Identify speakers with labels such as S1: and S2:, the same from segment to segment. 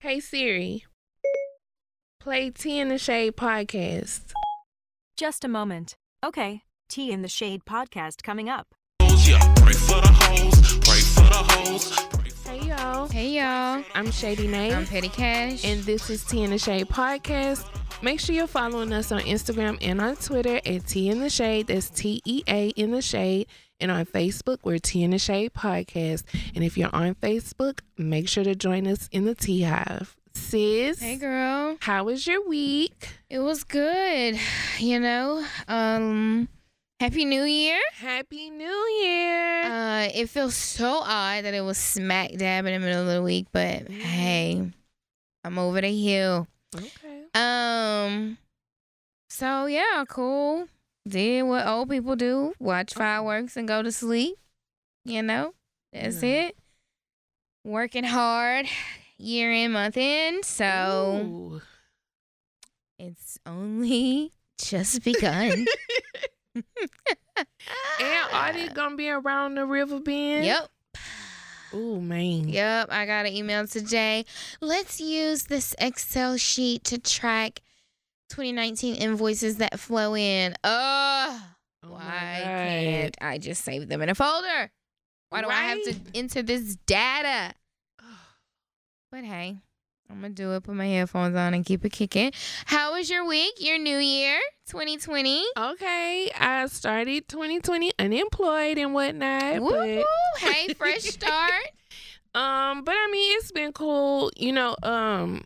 S1: Hey Siri, play Tea in the Shade podcast.
S2: Just a moment. Okay, Tea in the Shade podcast coming up.
S3: Yeah, pray for the hoes, pray for the hoes. pray for-
S1: Hey y'all,
S4: Hey y'all,
S1: I'm Shady
S4: I'm
S1: Nate,
S4: Petty Cash.
S1: and this is Tea in the Shade podcast. Make sure you're following us on Instagram and on Twitter at Tea in the Shade. That's T E A in the Shade. And on Facebook, we're Tea in the Shade podcast. And if you're on Facebook, make sure to join us in the Tea Hive. Sis,
S4: hey girl,
S1: how was your week?
S4: it was good. You know, um, Happy New Year.
S1: Happy New Year!
S4: Uh, it feels so odd that it was smack dab in the middle of the week, but hey, I'm over the hill.
S1: okay.
S4: Um, so yeah, cool. Did what old people do: watch fireworks and go to sleep. You know, that's
S1: Yeah.
S4: it. Working hard, year in, month in. So.
S1: Ooh.
S4: It's only just begun.
S1: And Audie gonna be around the river bend.
S4: Yep.
S1: Oh man.
S4: Yep. I got an email today. Let's use this Excel sheet to track 2019 invoices that flow in. Ugh.
S1: Oh, my
S4: Why
S1: God.
S4: can't I just save them in a folder? Why do I have to
S1: Right?
S4: enter this data? But hey, I'm gonna do it. Put my headphones on and keep it kicking. How was your week? Your new year, 2020.
S1: Okay, I started 2020 unemployed and whatnot.
S4: Woo!
S1: But,
S4: Hey, fresh start.
S1: um, but I mean, it's been cool. You know, um,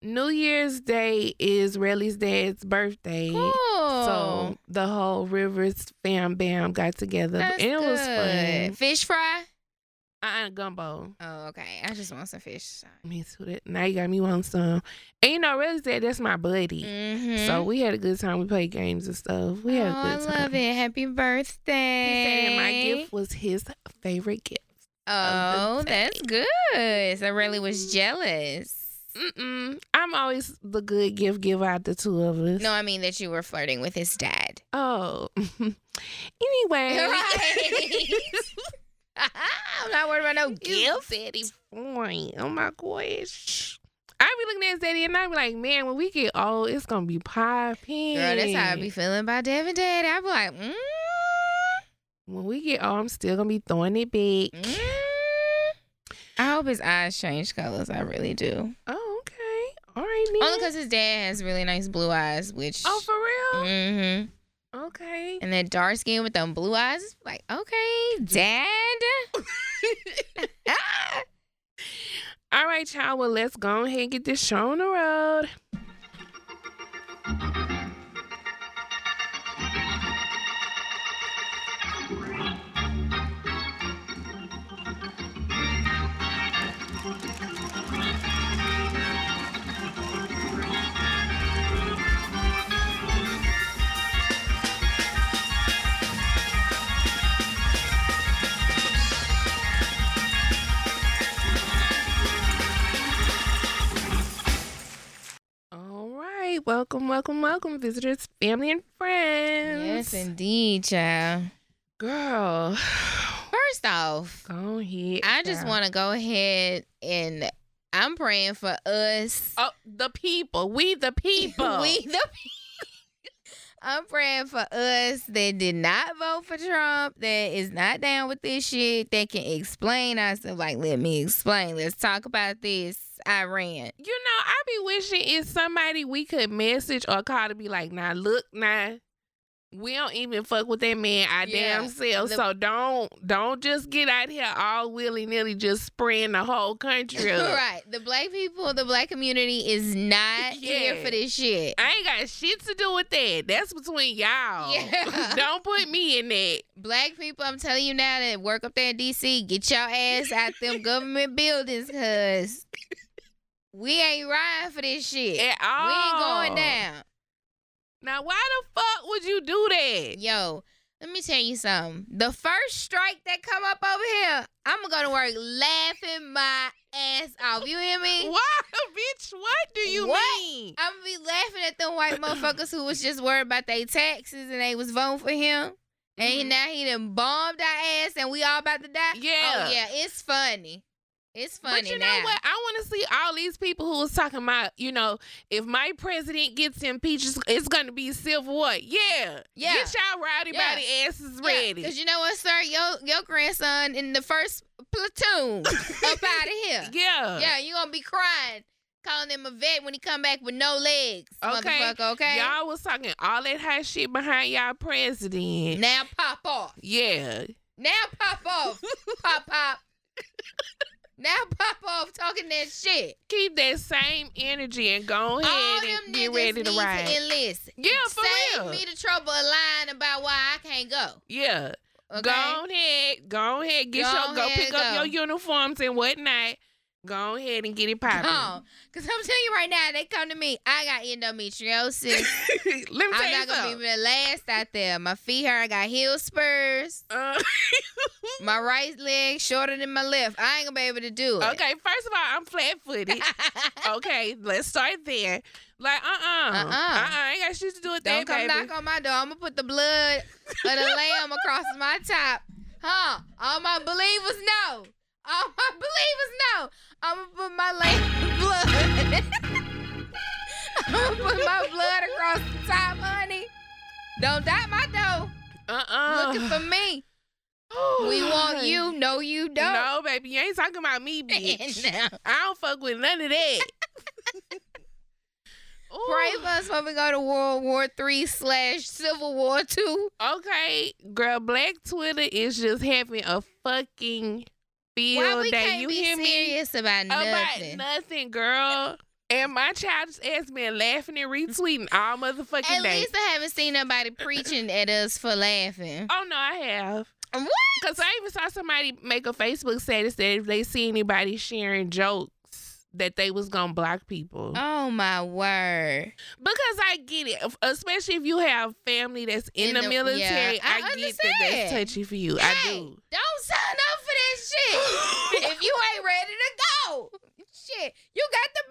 S1: New Year's Day is Relly's dad's birthday.
S4: Cool.
S1: So the whole Rivers fam bam got together.
S4: That's
S1: and it was
S4: good.
S1: fun.
S4: Fish fry?
S1: Uh, gumbo.
S4: Oh, okay. I just want some fish.
S1: Me too. That- Now you got me wanting some. And you know, Relly's dad, that's my buddy.
S4: Mm-hmm.
S1: So we had a good time. We played games and stuff. We
S4: oh,
S1: had
S4: I
S1: a good time.
S4: love it. Happy
S1: He
S4: birthday.
S1: said my gift was his favorite gift. of
S4: Oh,
S1: the Mm-hmm.
S4: that's good. So really was jealous.
S1: Mm-mm. I'm always the good gift giver out the two of us.
S4: No, I mean that you were flirting with his dad.
S1: Oh. anyway.
S4: Right. I'm not worried about no gift.
S1: Daddy boy. Oh my gosh. I be looking at his daddy and I be like, man, when we get old, it's gonna be popping.
S4: Girl, that's how I be feeling about Devin Dad. I be like, mm,
S1: When we get old, I'm still gonna be throwing it back.
S4: mm. I hope his eyes change colors. I really do.
S1: Oh, okay. All right, then.
S4: Only because his dad has really nice blue eyes, which.
S1: Oh, for real?
S4: hmm
S1: Okay.
S4: And then dark skin with them blue eyes. it's Like, okay, dad.
S1: All right, y'all. Well, let's go ahead and get this show on the road. All right. Welcome, welcome, welcome, visitors, family, and friends.
S4: yes, indeed, child.
S1: Girl,
S4: First off,
S1: go ahead.
S4: I just
S1: child.
S4: want to go ahead and I'm praying for us.
S1: Oh, the people. We the people.
S4: we the I'm praying for us that did not vote for Trump, that is not down with this shit, that can explain ourselves. Like, let me explain. Let's talk about this. Iran.
S1: You know, I be wishing it's somebody we could message or call to be like, nah, look, nah. We don't even fuck with that man our
S4: Yeah,
S1: damn self.
S4: the-
S1: so don't don't just get out here all willy nilly just spraying the whole country up.
S4: right. The black people, the black community is not here
S1: Yeah.
S4: for this shit.
S1: I ain't got shit to do with that. That's between y'all.
S4: Yeah.
S1: Don't put me in that.
S4: Black people, I'm telling you now that work up there in DC, get your ass out them government buildings, cause we ain't riding for this shit.
S1: At all.
S4: We ain't going down.
S1: Now, why the fuck would you do that?
S4: Yo, let me tell you something. The first strike that come up over here, I'ma go to work laughing my ass off. You hear me?
S1: Why, bitch? What do you
S4: What?
S1: mean?
S4: I'm gonna be laughing at them white motherfuckers who was just worried about their taxes and they was voting for him. And he-
S1: Mhm.
S4: now he done bombed our ass and we all about to die.
S1: Yeah.
S4: Oh, yeah, it's funny. It's funny
S1: but you know
S4: now.
S1: what? I want to see all these people who was talking about, you know, if my president gets impeached, it's- it's going to be a civil war. Yeah.
S4: Yeah.
S1: Get y'all rowdy
S4: Yeah.
S1: body asses ready.
S4: Because you know what, sir? Your, your grandson in the first platoon up out of here.
S1: Yeah.
S4: Yeah, you gonna be crying, calling him a vet when he come back with no legs,
S1: Okay.
S4: motherfucker. Okay.
S1: Y'all was talking all that hot shit behind y'all president.
S4: now pop off.
S1: yeah.
S4: Now pop off. pop pop. Now pop off talking that shit.
S1: Keep that same energy and go ahead
S4: All them
S1: and get
S4: niggas
S1: ready
S4: need
S1: to ride.
S4: to enlist.
S1: yeah, for
S4: Save
S1: real.
S4: me the trouble of lying about why I can't go.
S1: yeah.
S4: Okay.
S1: Go ahead. Go ahead. Get
S4: Go
S1: your go
S4: ahead
S1: pick
S4: and go.
S1: up your uniforms and whatnot. Go ahead and get it popping.
S4: Gone. Cause I'm telling you right now, they come to me. I got endometriosis.
S1: Let me tell
S4: I'm
S1: you
S4: not gonna
S1: something.
S4: be the last out there. My feet hurt. I got heel spurs.
S1: Uh,
S4: My right leg shorter than my left. I ain't gonna be able to do it.
S1: okay, first of all, I'm flat footed. okay, let's start there. Like, uh uh-uh. uh.
S4: Uh-uh.
S1: I ain't got shit to do with
S4: Don't
S1: that.
S4: come
S1: baby.
S4: knock on my door. I'm gonna put the blood of the lamb across my top. Huh? All my believers know. All my believers know. I'm gonna put my lamb blood. I'm gonna put my blood across the top, honey. Don't dot my door.
S1: Uh uh
S4: Looking for me. We want you. No, you don't.
S1: No, baby, you ain't talking about me, bitch.
S4: No.
S1: I don't fuck with none of that. Ooh,
S4: Pray for us when we go to World War Three slash Civil War Two.
S1: Okay, girl, Black Twitter is just having a fucking
S4: Why
S1: field
S4: we
S1: day.
S4: can't
S1: You
S4: be
S1: hear me? Oh,
S4: serious about
S1: about
S4: nothing?
S1: nothing, girl. And my child just has been laughing and retweeting all motherfucking
S4: At
S1: day.
S4: least I haven't seen nobody preaching at us for laughing.
S1: oh no, I have.
S4: What?
S1: Cause I even saw somebody make a Facebook status that if they see anybody sharing jokes, that they was gonna block people.
S4: Oh my word!
S1: Because I get it, If- especially if you have family that's in,
S4: In
S1: the,
S4: the-
S1: military.
S4: yeah, I
S1: I, get that that's
S4: understand.
S1: touchy for you. I
S4: Hey,
S1: do.
S4: Don't sign up for that shit. if you ain't ready to go, shit, you got to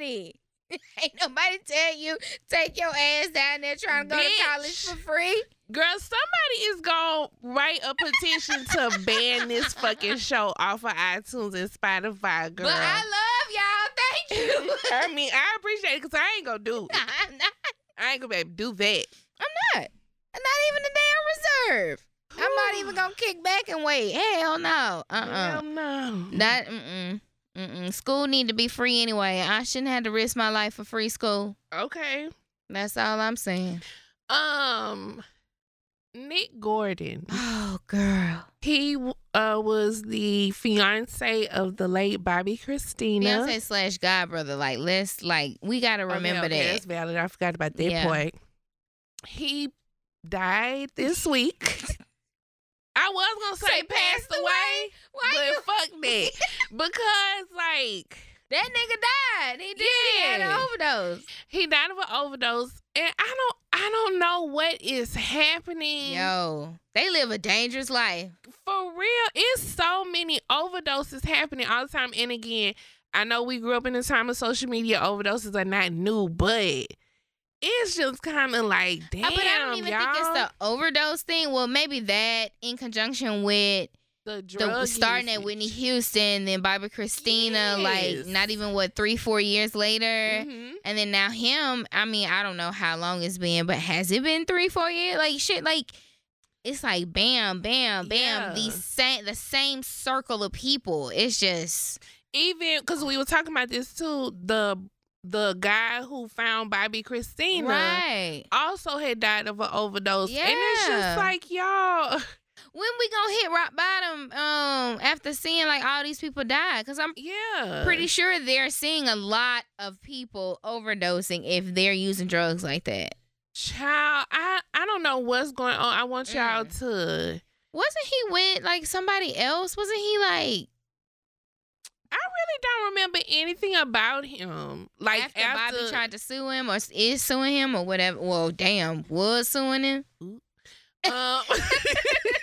S4: be ready. ain't nobody tell you take your ass down there trying to go to
S1: Bitch.
S4: college for free.
S1: Girl, somebody is gonna write a petition to ban this fucking show off of iTunes and Spotify, girl.
S4: But I love y'all. Thank you.
S1: I mean, I appreciate it because I ain't gonna do.
S4: Nah, I'm not.
S1: I ain't gonna be able to do that.
S4: I'm not even a damn reserve. I'm not even gonna kick back and wait. Hell no. Uh uh
S1: Hell no.
S4: That mm-mm. Mm-mm. School need to be free anyway. I shouldn't have to risk my life for free school.
S1: Okay.
S4: That's all I'm saying.
S1: Um, Nick Gordon.
S4: Oh, girl.
S1: He uh was the fiance of the late Bobby Christina.
S4: Beyonce slash God brother. Like, let's like we gotta
S1: Okay,
S4: remember
S1: okay,
S4: that.
S1: That's valid. I forgot about that
S4: Yeah.
S1: point. He died this week. I was gonna say,
S4: Say
S1: passed
S4: passed
S1: away,
S4: away?
S1: but
S4: Why you?
S1: fuck that because like
S4: That nigga died. He did. He had
S1: Yeah.
S4: an overdose.
S1: he died of an overdose, and I don't I don't know what is happening.
S4: Yo, they live a dangerous life.
S1: For real, it's so many overdoses happening all the time. And again, I know we grew up in a time of social media. Overdoses are not new, but it's just kind of like damn.
S4: Uh, but I don't even
S1: y'all.
S4: think it's the overdose thing. Well, maybe that in conjunction with
S1: the
S4: the
S1: drug
S4: starting
S1: usage.
S4: at Whitney Houston, then Barbara Christina,
S1: Yes.
S4: like not even what three, four years later,
S1: Mhm.
S4: and then now him. I mean, I don't know how long it's been, but has it been three, four years? Like shit, like it's like bam, bam, bam.
S1: Yeah.
S4: The same, the same circle of people. It's just
S1: Even because we were talking about this too, the the guy who found Bobby Christina
S4: right.
S1: also had died of an overdose, and it's
S4: Yeah.
S1: just like y'all.
S4: When we gonna hit rock bottom? Um, after seeing like all these people die, because I'm
S1: Yeah,
S4: pretty sure they're seeing a lot of people overdosing if they're using drugs like that.
S1: child. I I don't know what's going on. I want y'all
S4: Mm.
S1: to.
S4: Wasn't he with like somebody else? Wasn't he like
S1: I really don't remember anything about him. Like
S4: after, Bobby tried to sue him or is suing him or whatever? Well, damn, was suing him.
S1: Um,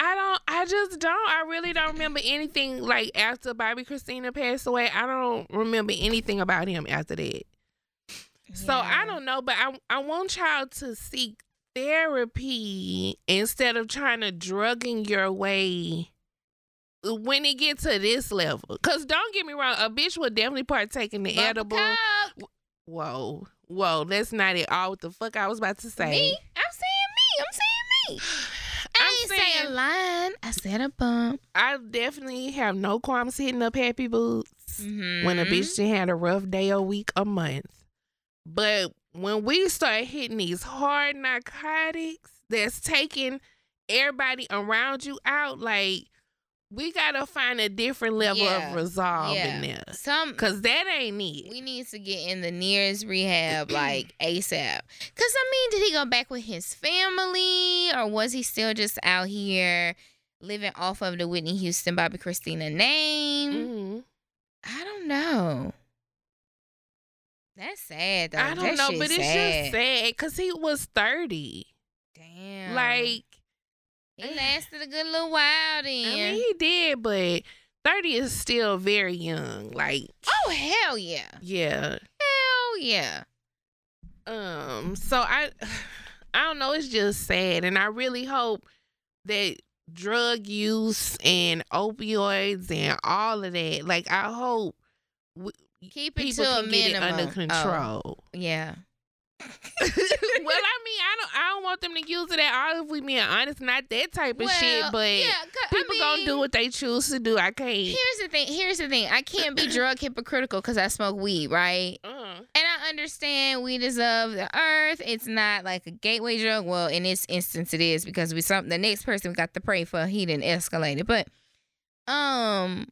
S1: I don't. I just don't. I really don't remember anything like after Bobby Christina passed away. I don't remember anything about him after that. So I don't know. But I I want y'all to seek therapy instead of trying to drugging your way when it get to this level. Cause don't get me wrong, a bitch will definitely partake in the
S4: Bumper
S1: edible.
S4: cock.
S1: Whoa, whoa, that's not it. All what the fuck I was about to say.
S4: Me? I'm saying me. I'm saying me. I
S1: I'm
S4: ain't saying,
S1: saying-
S4: line. I said a bump.
S1: I definitely have no qualms hitting up Happy Boots
S4: Mhm.
S1: when a bitch done had a rough day, a week, a month. But when we start hitting these hard narcotics that's taking everybody around you out, like we gotta find a different level
S4: Yeah.
S1: of resolve in
S4: Yeah.
S1: there.
S4: Some
S1: Cause that ain't it.
S4: we need to get in the nearest rehab like ASAP. Cause I mean, did he go back with his family, or was he still just out here living off of the Whitney Houston, Bobby Christina name?
S1: Mhm.
S4: I don't know. That's sad though.
S1: I
S4: That
S1: don't know,
S4: shit's
S1: but it's just sad because he was 30.
S4: Damn.
S1: Like,
S4: it lasted a good little while
S1: I mean,
S4: then.
S1: he did, but 30 is still very young. Like,
S4: oh hell yeah.
S1: yeah.
S4: Hell yeah.
S1: um so i i don't know it's just sad and i really hope that drug use and opioids and all of that like i hope w-
S4: Keep it
S1: people
S4: to a
S1: can get it
S4: minimum.
S1: under
S4: Oh,
S1: control
S4: yeah.
S1: well i mean i don't i don't want them to use it at all if we being honest not that type of shit
S4: Well,
S1: but
S4: yeah, 'cause- I
S1: people gonna do
S4: mean,
S1: what they choose to do i can't
S4: Here's the thing. Here's the thing. I can't be drug hypocritical because I smoke weed, right?
S1: uh,
S4: And I understand weed is of the earth. It's not like a gateway drug. Well, in this instance, it is because we some the next person we got to pray for. He didn't escalate it, but um,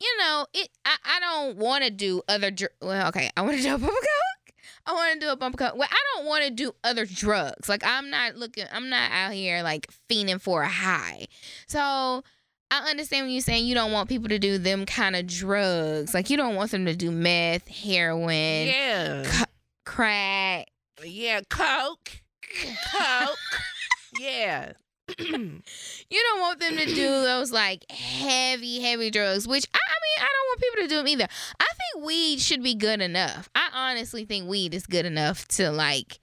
S4: you know, it. I, I don't want to do other. Dr- well, okay, I want to do a bumper coke. I want to do a bumper coke. Well, I don't want to do other drugs. Like I'm not looking. I'm not out here like fiending for a high. So. I understand when you're saying you don't want people to do them kind of drugs. Like you don't want them to do meth, heroin,
S1: yeah
S4: crack.
S1: yeah coke coke yeah
S4: You don't want them to do those like heavy, heavy drugs, which I, I mean, I don't want people to do them either. I think weed should be good enough. I honestly think weed is good enough to like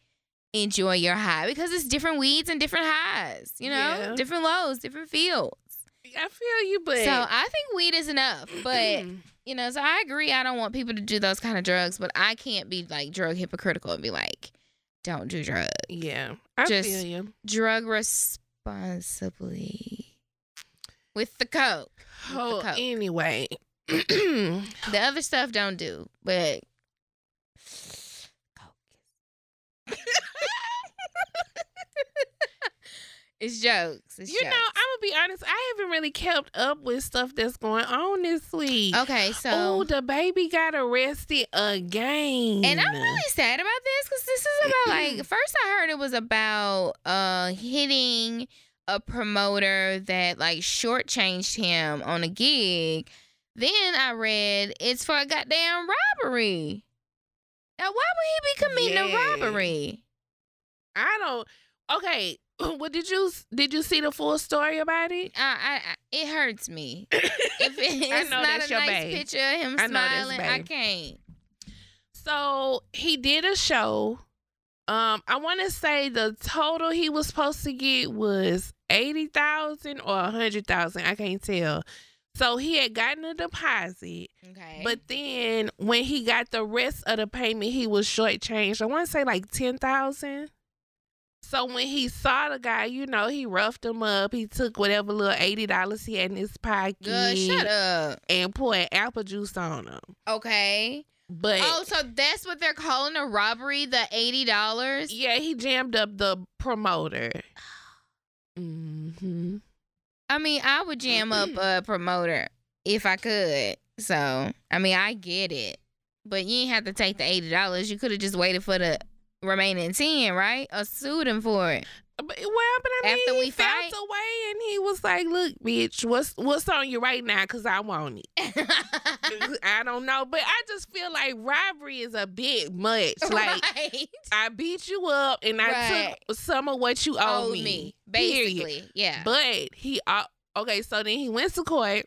S4: enjoy your high because it's different weeds and different highs, you know,
S1: Yeah.
S4: different lows, different fields.
S1: i feel you but
S4: So I think weed is enough, but
S1: Uh,
S4: you know, so I agree. I don't want people to do those kind of drugs, but I can't be like drug hypocritical and be like, don't do drugs.
S1: Yeah, I
S4: Just-
S1: feel you.
S4: drug responsibly with the coke. with the
S1: Oh,
S4: coke.
S1: anyway, yeah,
S4: The other stuff don't do, but coke. it's jokes. It's
S1: you know, I'm gonna be honest. I haven't really kept up with stuff that's going on this week.
S4: know. Okay, so
S1: Oh, the baby got arrested again,
S4: And I'm really sad about this because this is about like first I heard it was about uh hitting a promoter that like shortchanged him on a gig. Then I read it's for a goddamn robbery. Now why would he be committing
S1: Yeah.
S4: a robbery?
S1: I don't. Okay, well, did you did you see the full story about it?
S4: I, I, I it hurts me. If it's
S1: know
S4: not
S1: that's
S4: a
S1: your
S4: nice
S1: babe.
S4: picture of him
S1: I know that's
S4: smiling, I
S1: babe.
S4: can't.
S1: So he did a show. Um, I want to say the total he was supposed to get was eighty thousand or a hundred thousand. I can't tell. So he had gotten a deposit,
S4: Okay.
S1: but then when he got the rest of the payment, he was shortchanged. I want to say like ten thousand. So when he saw the guy, you know, he roughed him up. He took whatever little eighty dollars he had in his pocket
S4: good, shut up.
S1: and poured apple juice on him.
S4: Okay.
S1: But
S4: Oh, so that's what they're calling a robbery, the eighty dollars?
S1: Yeah, he jammed up the promoter. Mm-hmm.
S4: I mean, I would jam up a promoter if I could. So I mean I get it. But you ain't have to take the eighty dollars. You could have just waited for the remaining ten, right? Or sued him for it.
S1: Uh, But, well, but I mean,
S4: After
S1: he
S4: we
S1: felt
S4: fight?
S1: away, and he was like, "Look, bitch, what's what's on you right now? Cause I want it. I don't know, but I just feel like robbery is a bit much. Like
S4: right.
S1: I beat you up, and I took some of what you owe
S4: Owed
S1: me, period.
S4: basically. Yeah.
S1: But he, uh, okay, so then he went to court,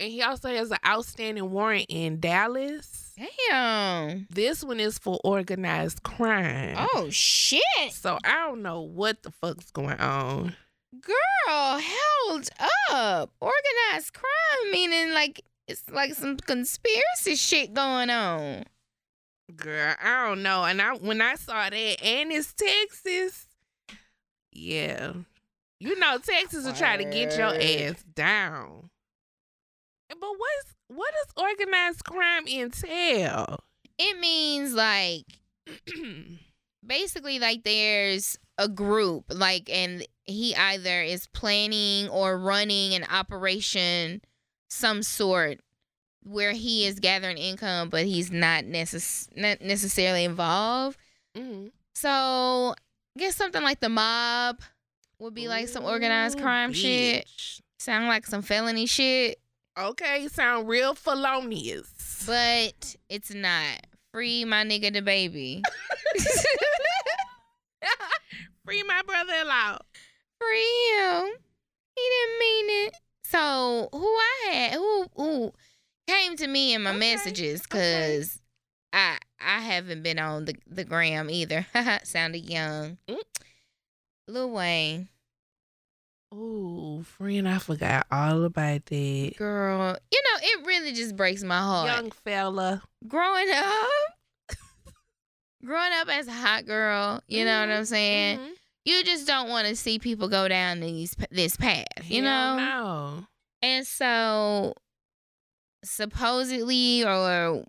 S1: and he also has an outstanding warrant in Dallas.
S4: Damn.
S1: This one is for organized crime.
S4: Oh shit.
S1: So I don't know what the fuck's going on.
S4: Girl, held up. Organized crime, meaning like it's like some conspiracy shit going on.
S1: Girl, I don't know. And I when I saw that, and it's Texas. Yeah. You know, Texas will try to get your
S4: Word.
S1: ass down. But what's what does organized crime entail?
S4: It means like basically like there's a group like and he either is planning or running an operation some sort where he is gathering income but he's not, necess- not necessarily involved
S1: Mhm.
S4: so I guess something like the mob would be like some organized
S1: Ooh,
S4: crime shit
S1: bitch.
S4: sound like some felony shit
S1: Okay, sound real felonious.
S4: but it's not free my nigga the baby
S1: Free my brother-in-law.
S4: for him. He didn't mean it. So who I had who who came to me in my
S1: Okay,
S4: messages
S1: okay.
S4: because I I haven't been on the, the gram either. Sounded young.
S1: Mm.
S4: Lil Wayne.
S1: Ooh, Oh, friend, I forgot all about that.
S4: Girl. You know, it really just breaks my heart.
S1: Young fella.
S4: Growing up growing up as a hot girl, you know what I'm saying?
S1: Mhm.
S4: You just don't want to see people go down these this path, you
S1: Hell
S4: know?
S1: no.
S4: And so supposedly or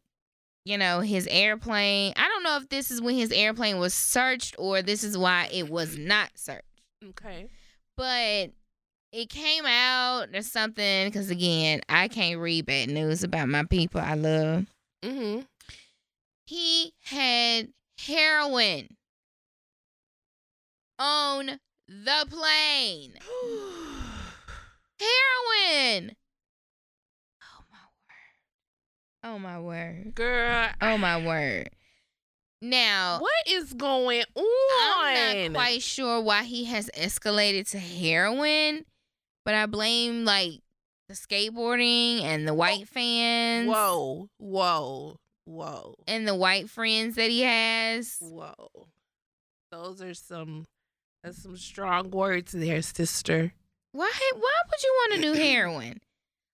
S4: you know, his airplane. I don't know if this is when his airplane was searched or this is why it was not searched.
S1: Okay.
S4: But it came out or something cuz again, I can't read bad news about my people I love.
S1: Mm-hmm.
S4: He had heroin on the plane. Heroin. Oh my word. Oh my word.
S1: Girl,
S4: Oh my word. Now,
S1: what is going on?
S4: I'm Oh. not quite sure why he has escalated to heroin, but I blame like the skateboarding and the white fans
S1: Whoa, whoa, whoa,
S4: and the white friends that he has.
S1: whoa. Those are some that's some strong words there, sister.
S4: Why why would you want to do heroin?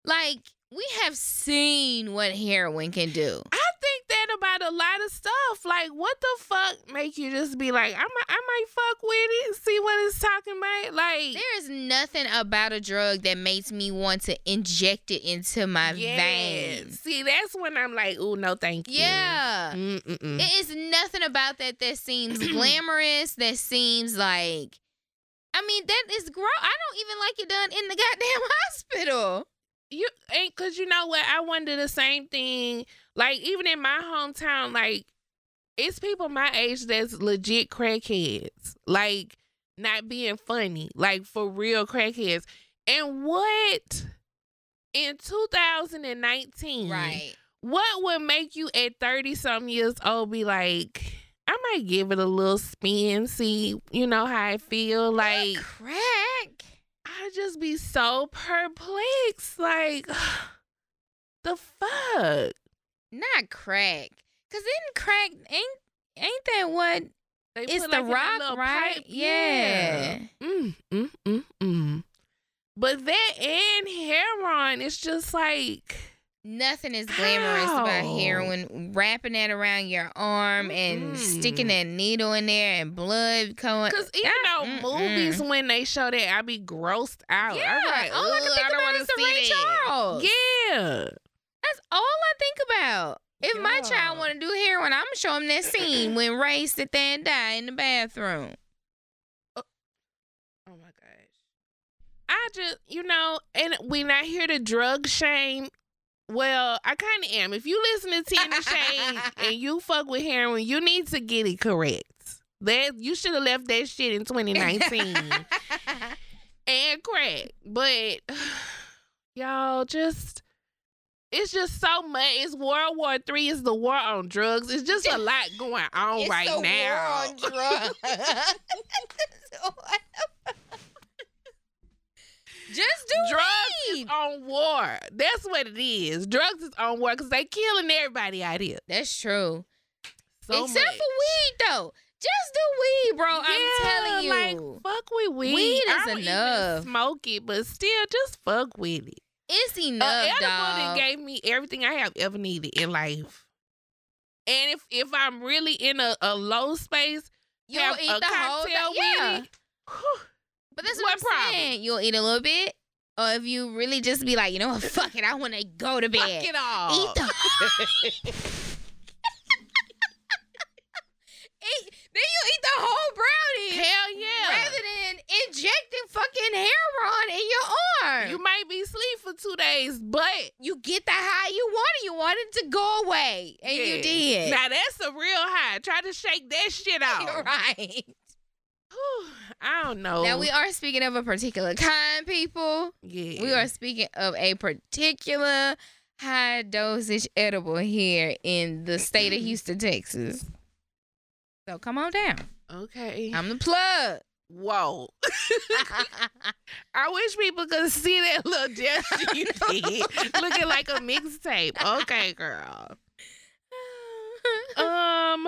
S4: Like we have seen what heroin can do.
S1: I think that about a lot of stuff. Like, what the fuck make you just be like, I might, I might fuck with it, see what it's talking about? Like,
S4: There is nothing about a drug that makes me want to inject it into my
S1: yeah.
S4: veins.
S1: See, that's when I'm like, oh no, thank you.
S4: Yeah.
S1: Mm-hmm. Mm-mm-mm.
S4: It is nothing about that that seems glamorous, that seems like I mean, that is gross. I don't even like it done in the goddamn hospital.
S1: you ain't because you know what i wonder the same thing like even in my hometown like it's people my age that's legit crackheads like not being funny like for real crackheads and what in 2019 what would make you at 30 some years old be like i might give it a little spin see you know how i feel like
S4: Crack.
S1: I just be so perplexed. Like, the fuck?
S4: Not crack. Cause in crack ain't ain't that what
S1: They
S4: it's
S1: put,
S4: the
S1: like, in that
S4: rock,
S1: little
S4: right?
S1: pipe.
S4: Yeah.
S1: Mm, mm, mm, mm. But that and heroin, it's just like,
S4: Nothing is glamorous about
S1: How?
S4: heroin. Wrapping that around your arm and sticking
S1: Mm-mm.
S4: that needle in there and blood going.
S1: because even though
S4: mm,
S1: movies, when they show that, I be grossed out.
S4: Yeah,
S1: I'm like,
S4: all I can
S1: "Ugh,
S4: think
S1: don't
S4: about
S1: wanna
S4: is the
S1: see
S4: Ray
S1: that."
S4: Charles.
S1: Yeah.
S4: That's all I think about. If my child
S1: Yeah.
S4: want to do heroin, I'm gonna show him that scene when Ray sit there and die in the bathroom.
S1: Oh my gosh. I just, you know, and we're not here to drug shame. Well, I kind of am. If you listen to Tina Shade and you fuck with heroin, you need to get it correct. That you should have left that shit in 2019 and crack. But y'all just. It's just so much. It's World War Three. It's the war on drugs. It's just a lot going on
S4: It's
S1: right
S4: the war
S1: now.
S4: on drugs. Just do
S1: drugs is
S4: weed.
S1: on war. That's what it is. Drugs is on war because they killing everybody out here.
S4: That's true.
S1: So
S4: Except
S1: much.
S4: for weed, though. Just do weed, bro. I'm telling you.
S1: like fuck with weed.
S4: Weed
S1: I
S4: is
S1: don't even
S4: enough.
S1: Smoke it, but still, just fuck with it.
S4: it's
S1: A
S4: enough,
S1: edible that
S4: dog.
S1: gave me everything I have ever needed in life. And if if I'm really in a, a low space,
S4: You'll
S1: have
S4: eat
S1: a
S4: the whole
S1: cocktail
S4: thing.
S1: with
S4: Yeah.
S1: it. whew,
S4: But that's what,
S1: What
S4: I'm
S1: problem?
S4: saying. You'll eat a little bit, or if you really just be like, you know what, fuck it, I want to go to
S1: fuck
S4: bed.
S1: it all.
S4: Eat the. eat, then you eat the whole brownie
S1: Hell yeah.
S4: rather than injecting fucking heroin in your arm.
S1: You
S4: You,
S1: might be asleep for two days, but
S4: get the high you wanted. You wanted to go away, and
S1: Yeah.
S4: you did.
S1: Now that's a real high. Try to shake that shit
S4: You're
S1: off.
S4: right.
S1: Whew, I don't know.
S4: Now we are speaking of a particular kind, people.
S1: yeah.
S4: We are speaking of a particular high dosage edible here in the state of Houston, Texas. So come on down.
S1: okay.
S4: I'm the plug.
S1: Whoa. I wish people could see that little gesture you did, looking like a mixtape. Okay, girl. Um,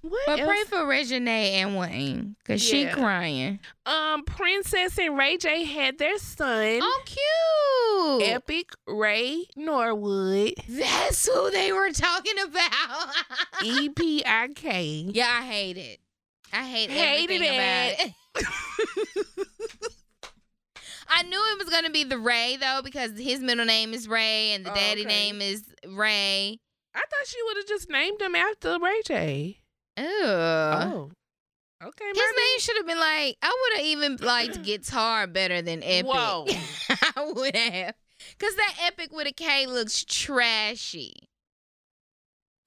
S1: what
S4: but
S1: else?
S4: pray for Reginae and Wayne, cause she
S1: Yeah.
S4: crying.
S1: um, Princess and Ray J had their son,
S4: Oh, cute.
S1: Epic Ray Norwood,
S4: That's who they were talking about.
S1: E P I K.
S4: Uh-uh. yeah, I hate it. I hate
S1: Hated
S4: everything
S1: it.
S4: about it. I knew it was gonna be the Ray though, because his middle name is Ray and the
S1: Oh,
S4: daddy
S1: okay.
S4: name is Ray.
S1: I thought she would have just named him after Ray J.
S4: Ew. Uh.
S1: Oh, okay.
S4: His name should have been like I would have even liked guitar better than Epic.
S1: Whoa.
S4: I would have, cause that Epic with a K looks trashy.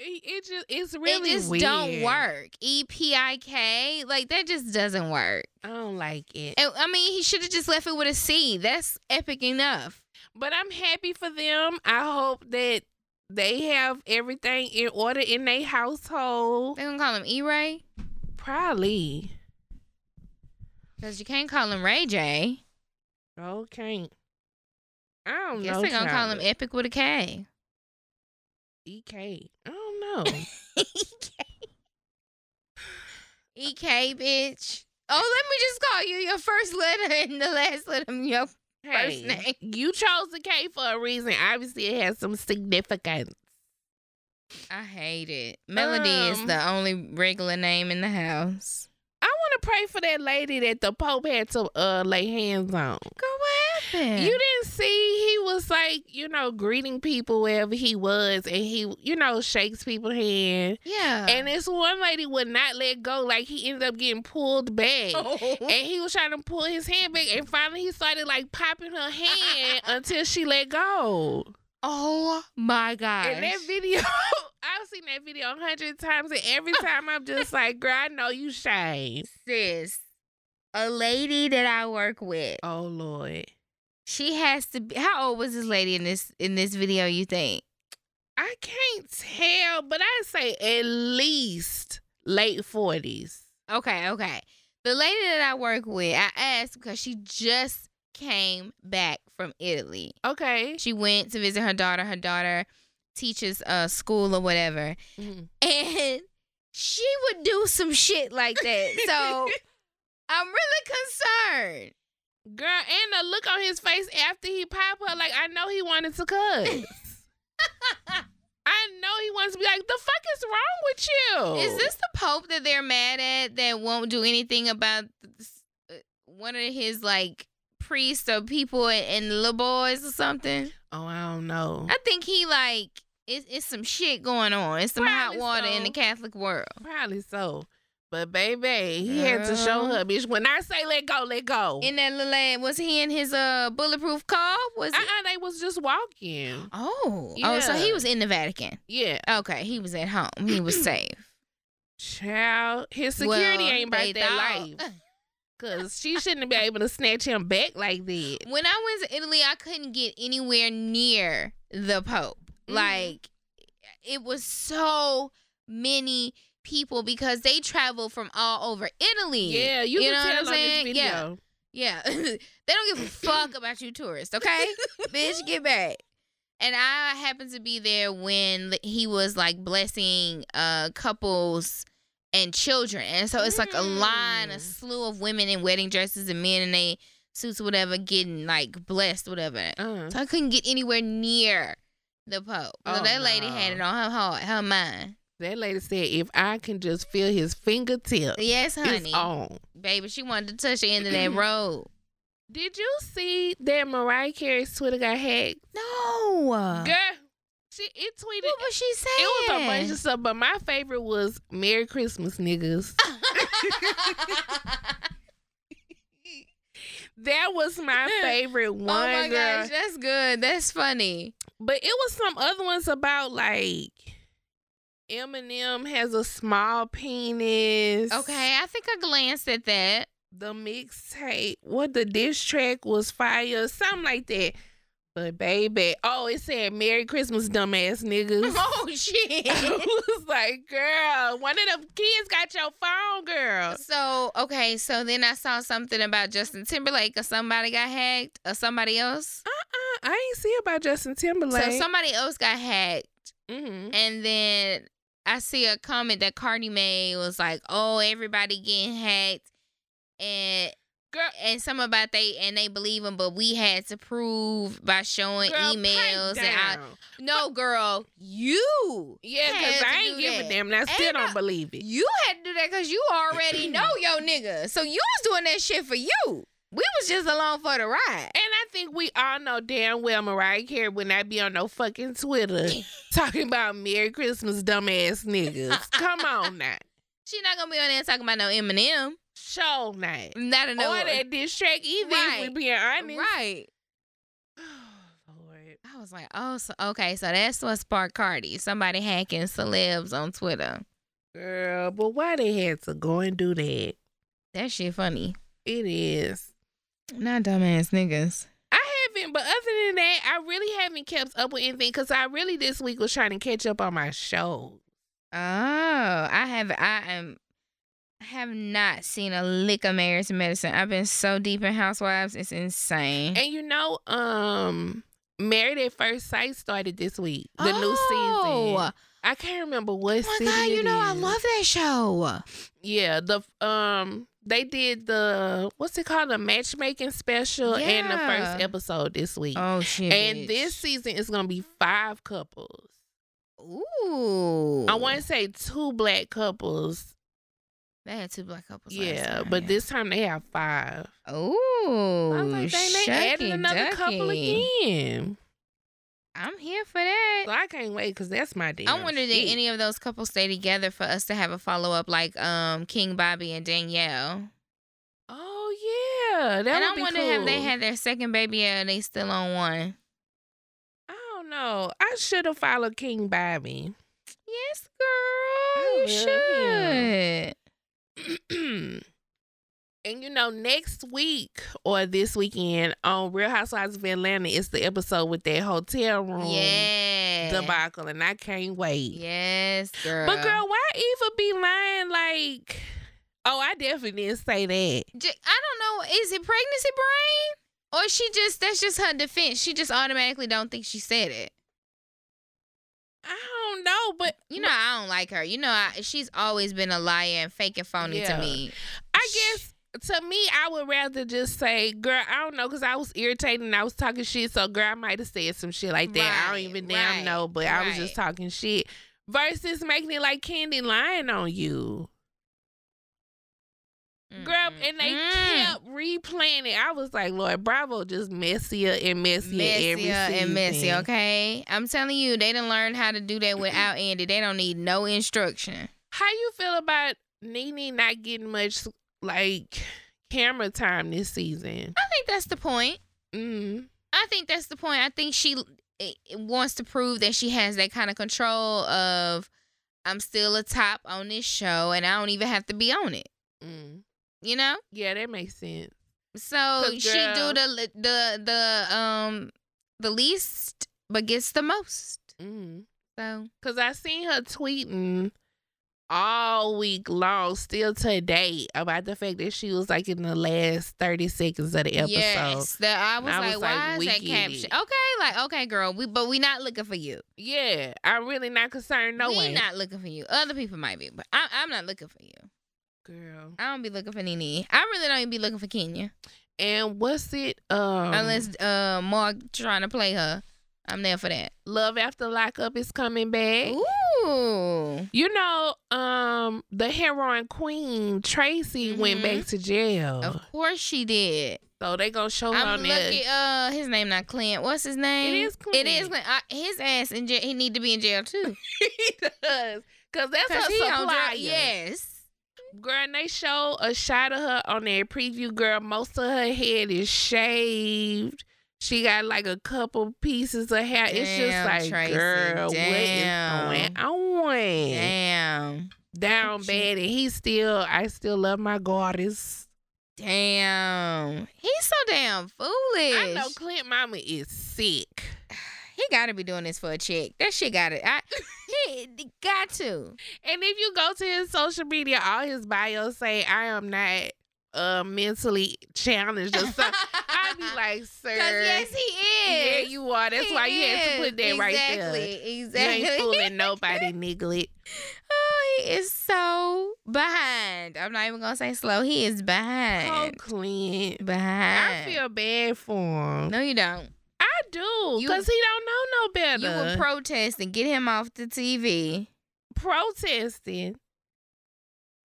S1: It, it just it's really
S4: it just
S1: weird.
S4: don't work. E P I K, like that just doesn't work.
S1: I don't like it.
S4: And, I mean, he should have just left it with a C. That's epic enough.
S1: But I'm happy for them. I hope that they have everything in order in their household.
S4: They gonna call him E Ray
S1: Probably.
S4: because you can't call him Ray J.
S1: Okay. I don't
S4: Guess
S1: know.
S4: they're gonna call E him
S1: child.
S4: Epic with a K.
S1: EK. I don't know.
S4: E K, bitch. Oh, let me just call you your first letter and the last letter of your
S1: hey,
S4: name.
S1: You chose the K for a reason. Obviously, it has some significance.
S4: I hate it. Melody is
S1: Um,
S4: the only regular name in the house.
S1: I want to pray for that lady that the Pope had to uh, lay hands on.
S4: Girl, what happened?
S1: You didn't see he was like, you know, greeting people wherever he was, and he, you know, shakes people's hand.
S4: yeah.
S1: And this one lady would not let go. Like he ended up getting pulled back.
S4: Oh.
S1: And he was trying to pull his hand back. And finally he started like popping her hand until she let go.
S4: oh my gosh.
S1: And that video, I've seen that video a hundred times. And every time I'm just like, girl, I know you shame.
S4: sis, a lady that I work with,
S1: Oh Lord.
S4: she has to be how old was this lady in this in this video, you think?
S1: I can't tell, but I'd say at least late forties.
S4: Okay, okay. The lady that I work with, I asked because she just came back from Italy.
S1: Okay.
S4: She went to visit her daughter. Her daughter teaches uh school or whatever. And she would do some shit like that. So I'm really concerned.
S1: Girl, and the look on his face after he popped her, like I know he wanted to cuss. I know he wants to be like, the fuck is wrong with you?
S4: Is this the Pope that they're mad at that won't do anything about this, uh, one of his like priests or people and, and little boys or something?
S1: Oh, I don't know.
S4: I think he like it's it's some shit going on. It's some hot
S1: Probably
S4: water in the
S1: so.
S4: Catholic world.
S1: Probably so. But baby, he had to show her, bitch. When I say let go, let go.
S4: In that little ad, was he in his uh bulletproof car? Was
S1: uh
S4: it?
S1: uh they was just walking.
S4: Oh, oh, so he
S1: Yeah.
S4: was in the Vatican.
S1: Yeah.
S4: Okay, he was at home. He was safe.
S1: Child, his security
S4: Well,
S1: ain't about
S4: they
S1: that
S4: thought-
S1: life. Cause she shouldn't be able to snatch him back like that.
S4: when I went to Italy, I couldn't get anywhere near the Pope.
S1: Mhm.
S4: Like it was so many people because they travel from all over Italy.
S1: Yeah, you, can
S4: You know what
S1: tell
S4: I'm
S1: on
S4: saying?
S1: this
S4: Yeah.
S1: video.
S4: Yeah. they don't give a fuck about you tourists, okay? Bitch, get back. And I happened to be there when he was like blessing uh couples and children. And so it's like a line, a
S1: Mm.
S4: slew of women in wedding dresses and men in they suits, or whatever, getting like blessed, whatever.
S1: Uh,
S4: So I couldn't get anywhere near the Pope. So
S1: Oh,
S4: that lady had
S1: no.
S4: it on her heart, her mind.
S1: that lady said, if I can just feel his fingertips,
S4: Yes, honey.
S1: it's on.
S4: Baby, she wanted to touch the end of that road.
S1: Did you see that Mariah Carey's Twitter got hacked?
S4: No.
S1: Girl, she it tweeted.
S4: Uh. What was she saying?
S1: It was a bunch of stuff, but my favorite was "Merry Christmas, niggas." that was my favorite
S4: oh
S1: one.
S4: my
S1: girl.
S4: gosh, that's good. That's funny.
S1: But it was some other ones about like Eminem has a small penis.
S4: Okay, I think I glanced at that.
S1: The mixtape, what the diss track was fire, something like that. But baby, oh, it said "Merry Christmas, dumbass niggas."
S4: Oh shit.
S1: I was like, girl, one of them kids got your phone, girl.
S4: so okay, so then I saw something about Justin Timberlake or somebody got hacked or somebody else.
S1: Uh-uh, I ain't see about Justin Timberlake.
S4: So somebody else got hacked,
S1: Mhm.
S4: and then I see a comment that Cardi made was like, "Oh, everybody getting hacked," and
S1: Girl,
S4: and some about they and they believe them, but we had to prove by showing
S1: girl,
S4: emails
S1: pipe
S4: and I,
S1: down.
S4: no, girl, you
S1: yeah,
S4: had
S1: because
S4: to
S1: I ain't
S4: do
S1: giving
S4: that.
S1: them. And I still
S4: Ain't
S1: don't
S4: no-
S1: believe it.
S4: You had to do that because you already know your nigga. So you was doing that shit for you. We was just along for the ride.
S1: And I think we all know damn well Mariah Carey would not be on no fucking Twitter talking about Merry Christmas, dumbass niggas. Come on now.
S4: She not gonna be on there talking about no Eminem.
S1: Show night.
S4: Not
S1: Or
S4: another.
S1: Oh, that diss track either, if
S4: Right.
S1: we being honest.
S4: right.
S1: Lord.
S4: I was like, oh, so, okay, so that's what sparked Cardi. Somebody hacking celebs on Twitter.
S1: Girl, but why they had to go and do that?
S4: That shit funny.
S1: It is.
S4: Not dumbass niggas.
S1: I haven't, but other than that, I really haven't kept up with anything because I really this week was trying to catch up on my show.
S4: Oh, I have. I am. I have not seen a lick of Marriage to Medicine. I've been so deep in Housewives, it's insane.
S1: And you know, um, Married at First Sight started this week, the new
S4: Oh.
S1: season. I can't remember what
S4: Oh my
S1: city
S4: god, you
S1: it
S4: know I
S1: is.
S4: love that show.
S1: Yeah, the um, they did the what's it called, the matchmaking special, and the
S4: Yeah.
S1: first episode this week.
S4: Oh shit.
S1: and this season is gonna be five couples.
S4: Ooh.
S1: I want to say two black couples
S4: They had two black couples. last
S1: Yeah,
S4: time,
S1: but
S4: yeah.
S1: this time they have five.
S4: Ooh.
S1: I was like, dang, they added
S4: shucky
S1: another couple
S4: ducky.
S1: again.
S4: I'm here for
S1: So
S4: that.
S1: I can't wait because that's my day.
S4: I wonder did any of those couples stay together for us to have a follow up like um King Bobby and Danielle.
S1: Oh yeah, that
S4: and
S1: would
S4: I
S1: be
S4: wonder have they
S1: cool.
S4: had their second baby and they still on one.
S1: I don't know. I should have followed King Bobby.
S4: Yes,
S1: I
S4: girl. you
S1: will, yeah.
S4: should.
S1: and you know, next week or this weekend on Real Housewives of Atlanta is the episode with that hotel room
S4: Yeah.
S1: debacle, and I can't wait.
S4: Yes, girl.
S1: But girl, why Eva be lying like? Oh, I definitely didn't say that.
S4: J- I don't know. Is it pregnancy brain? Or she just that's just her defense. She just automatically don't think she said it.
S1: I don't know, but
S4: You know I don't like her. You know I, she's always been a liar and fake and phony
S1: Yeah.
S4: to me.
S1: I guess to me, I would rather just say, "Girl, I don't know," because I was irritated and I was talking shit. So, girl, I might have said some shit like that. I
S4: Right,
S1: don't even damn
S4: right,
S1: know, but I was just
S4: right.
S1: talking shit. Versus making it like Candy lying on you, girl,
S4: Mm-mm.
S1: and they
S4: Mm.
S1: kept replaying it. I was like, Lord, Bravo, just messier and messier, every
S4: messier and messy.
S1: season.
S4: Okay, I'm telling you, they didn't learn how to do that without Andy. They don't need no instruction.
S1: How you feel about Nene not getting much like camera time this season?
S4: I think that's the point.
S1: Mm.
S4: I think that's the point. I think she eh, wants to prove that she has that kind of control of I'm still a top on this show and I don't even have to be on it.
S1: Mm.
S4: You know?
S1: Yeah, that makes sense.
S4: So
S1: Cause,
S4: she do
S1: girl-
S4: the li- the the um the least but gets the most.
S1: Mm.
S4: So
S1: Cause I seen her tweeting, all week long, still today, about the fact that she was like in the last 30 seconds of the episode.
S4: Yes, that I
S1: And
S4: was
S1: I
S4: like,
S1: was like,
S4: why
S1: we
S4: is that
S1: get
S4: caption?
S1: it.
S4: Okay, like okay, girl, we but we not looking for you.
S1: Yeah, I'm really not concerned. No
S4: we
S1: way.
S4: not looking for you. Other people might be, but I, I'm not looking for you.
S1: Girl.
S4: I don't be looking for Nene. I really don't even be looking for Kenya
S1: And what's it? Um,
S4: unless uh Mark trying to play her. I'm there for that.
S1: Love After Lockup is coming back.
S4: Ooh,
S1: You know, um, the heroin queen Tracy went
S4: Mhm.
S1: back to jail,
S4: of course she did.
S1: so they gonna show her
S4: Oh. I'm
S1: on
S4: lucky.
S1: there.
S4: Uh, his name not Clint. What's his name?
S1: is
S4: It is
S1: Clint.
S4: Clint. I, his ass in jail. He need to be in jail too.
S1: He does, cause that's
S4: Cause
S1: her
S4: he on
S1: supplier.
S4: jail. Yes.
S1: girl, and they show a shot of her on their preview. Girl, most of her head is shaved. She got like a couple pieces of hair. it's
S4: Damn,
S1: just like,
S4: Tracy,
S1: girl, what is
S4: damn.
S1: going on?
S4: Damn.
S1: Down
S4: She-
S1: bad, and he still, I still love my goddess.
S4: Damn. He's so damn foolish.
S1: I know Clint Mama is sick.
S4: He got to be doing this for a check. That shit got to. I he he got to.
S1: And if you go to his social media, all his bios say, "I am not uh mentally challenged" or something. I'd be like, "Sir,
S4: Cause yes, he
S1: yeah,
S4: is.
S1: you are. That's
S4: He
S1: why you had to
S4: is.
S1: put that right there.
S4: Exactly.
S1: You
S4: Exactly.
S1: ain't fooling nobody, nigglet."
S4: Oh, he is so behind. I'm not even gonna say slow. He is
S1: Oh,
S4: behind.
S1: Clint. I
S4: behind.
S1: feel bad for him.
S4: No, you don't.
S1: I do,
S4: You-
S1: because he don't know no
S4: You
S1: better.
S4: will protest and get him off the TV.
S1: protesting.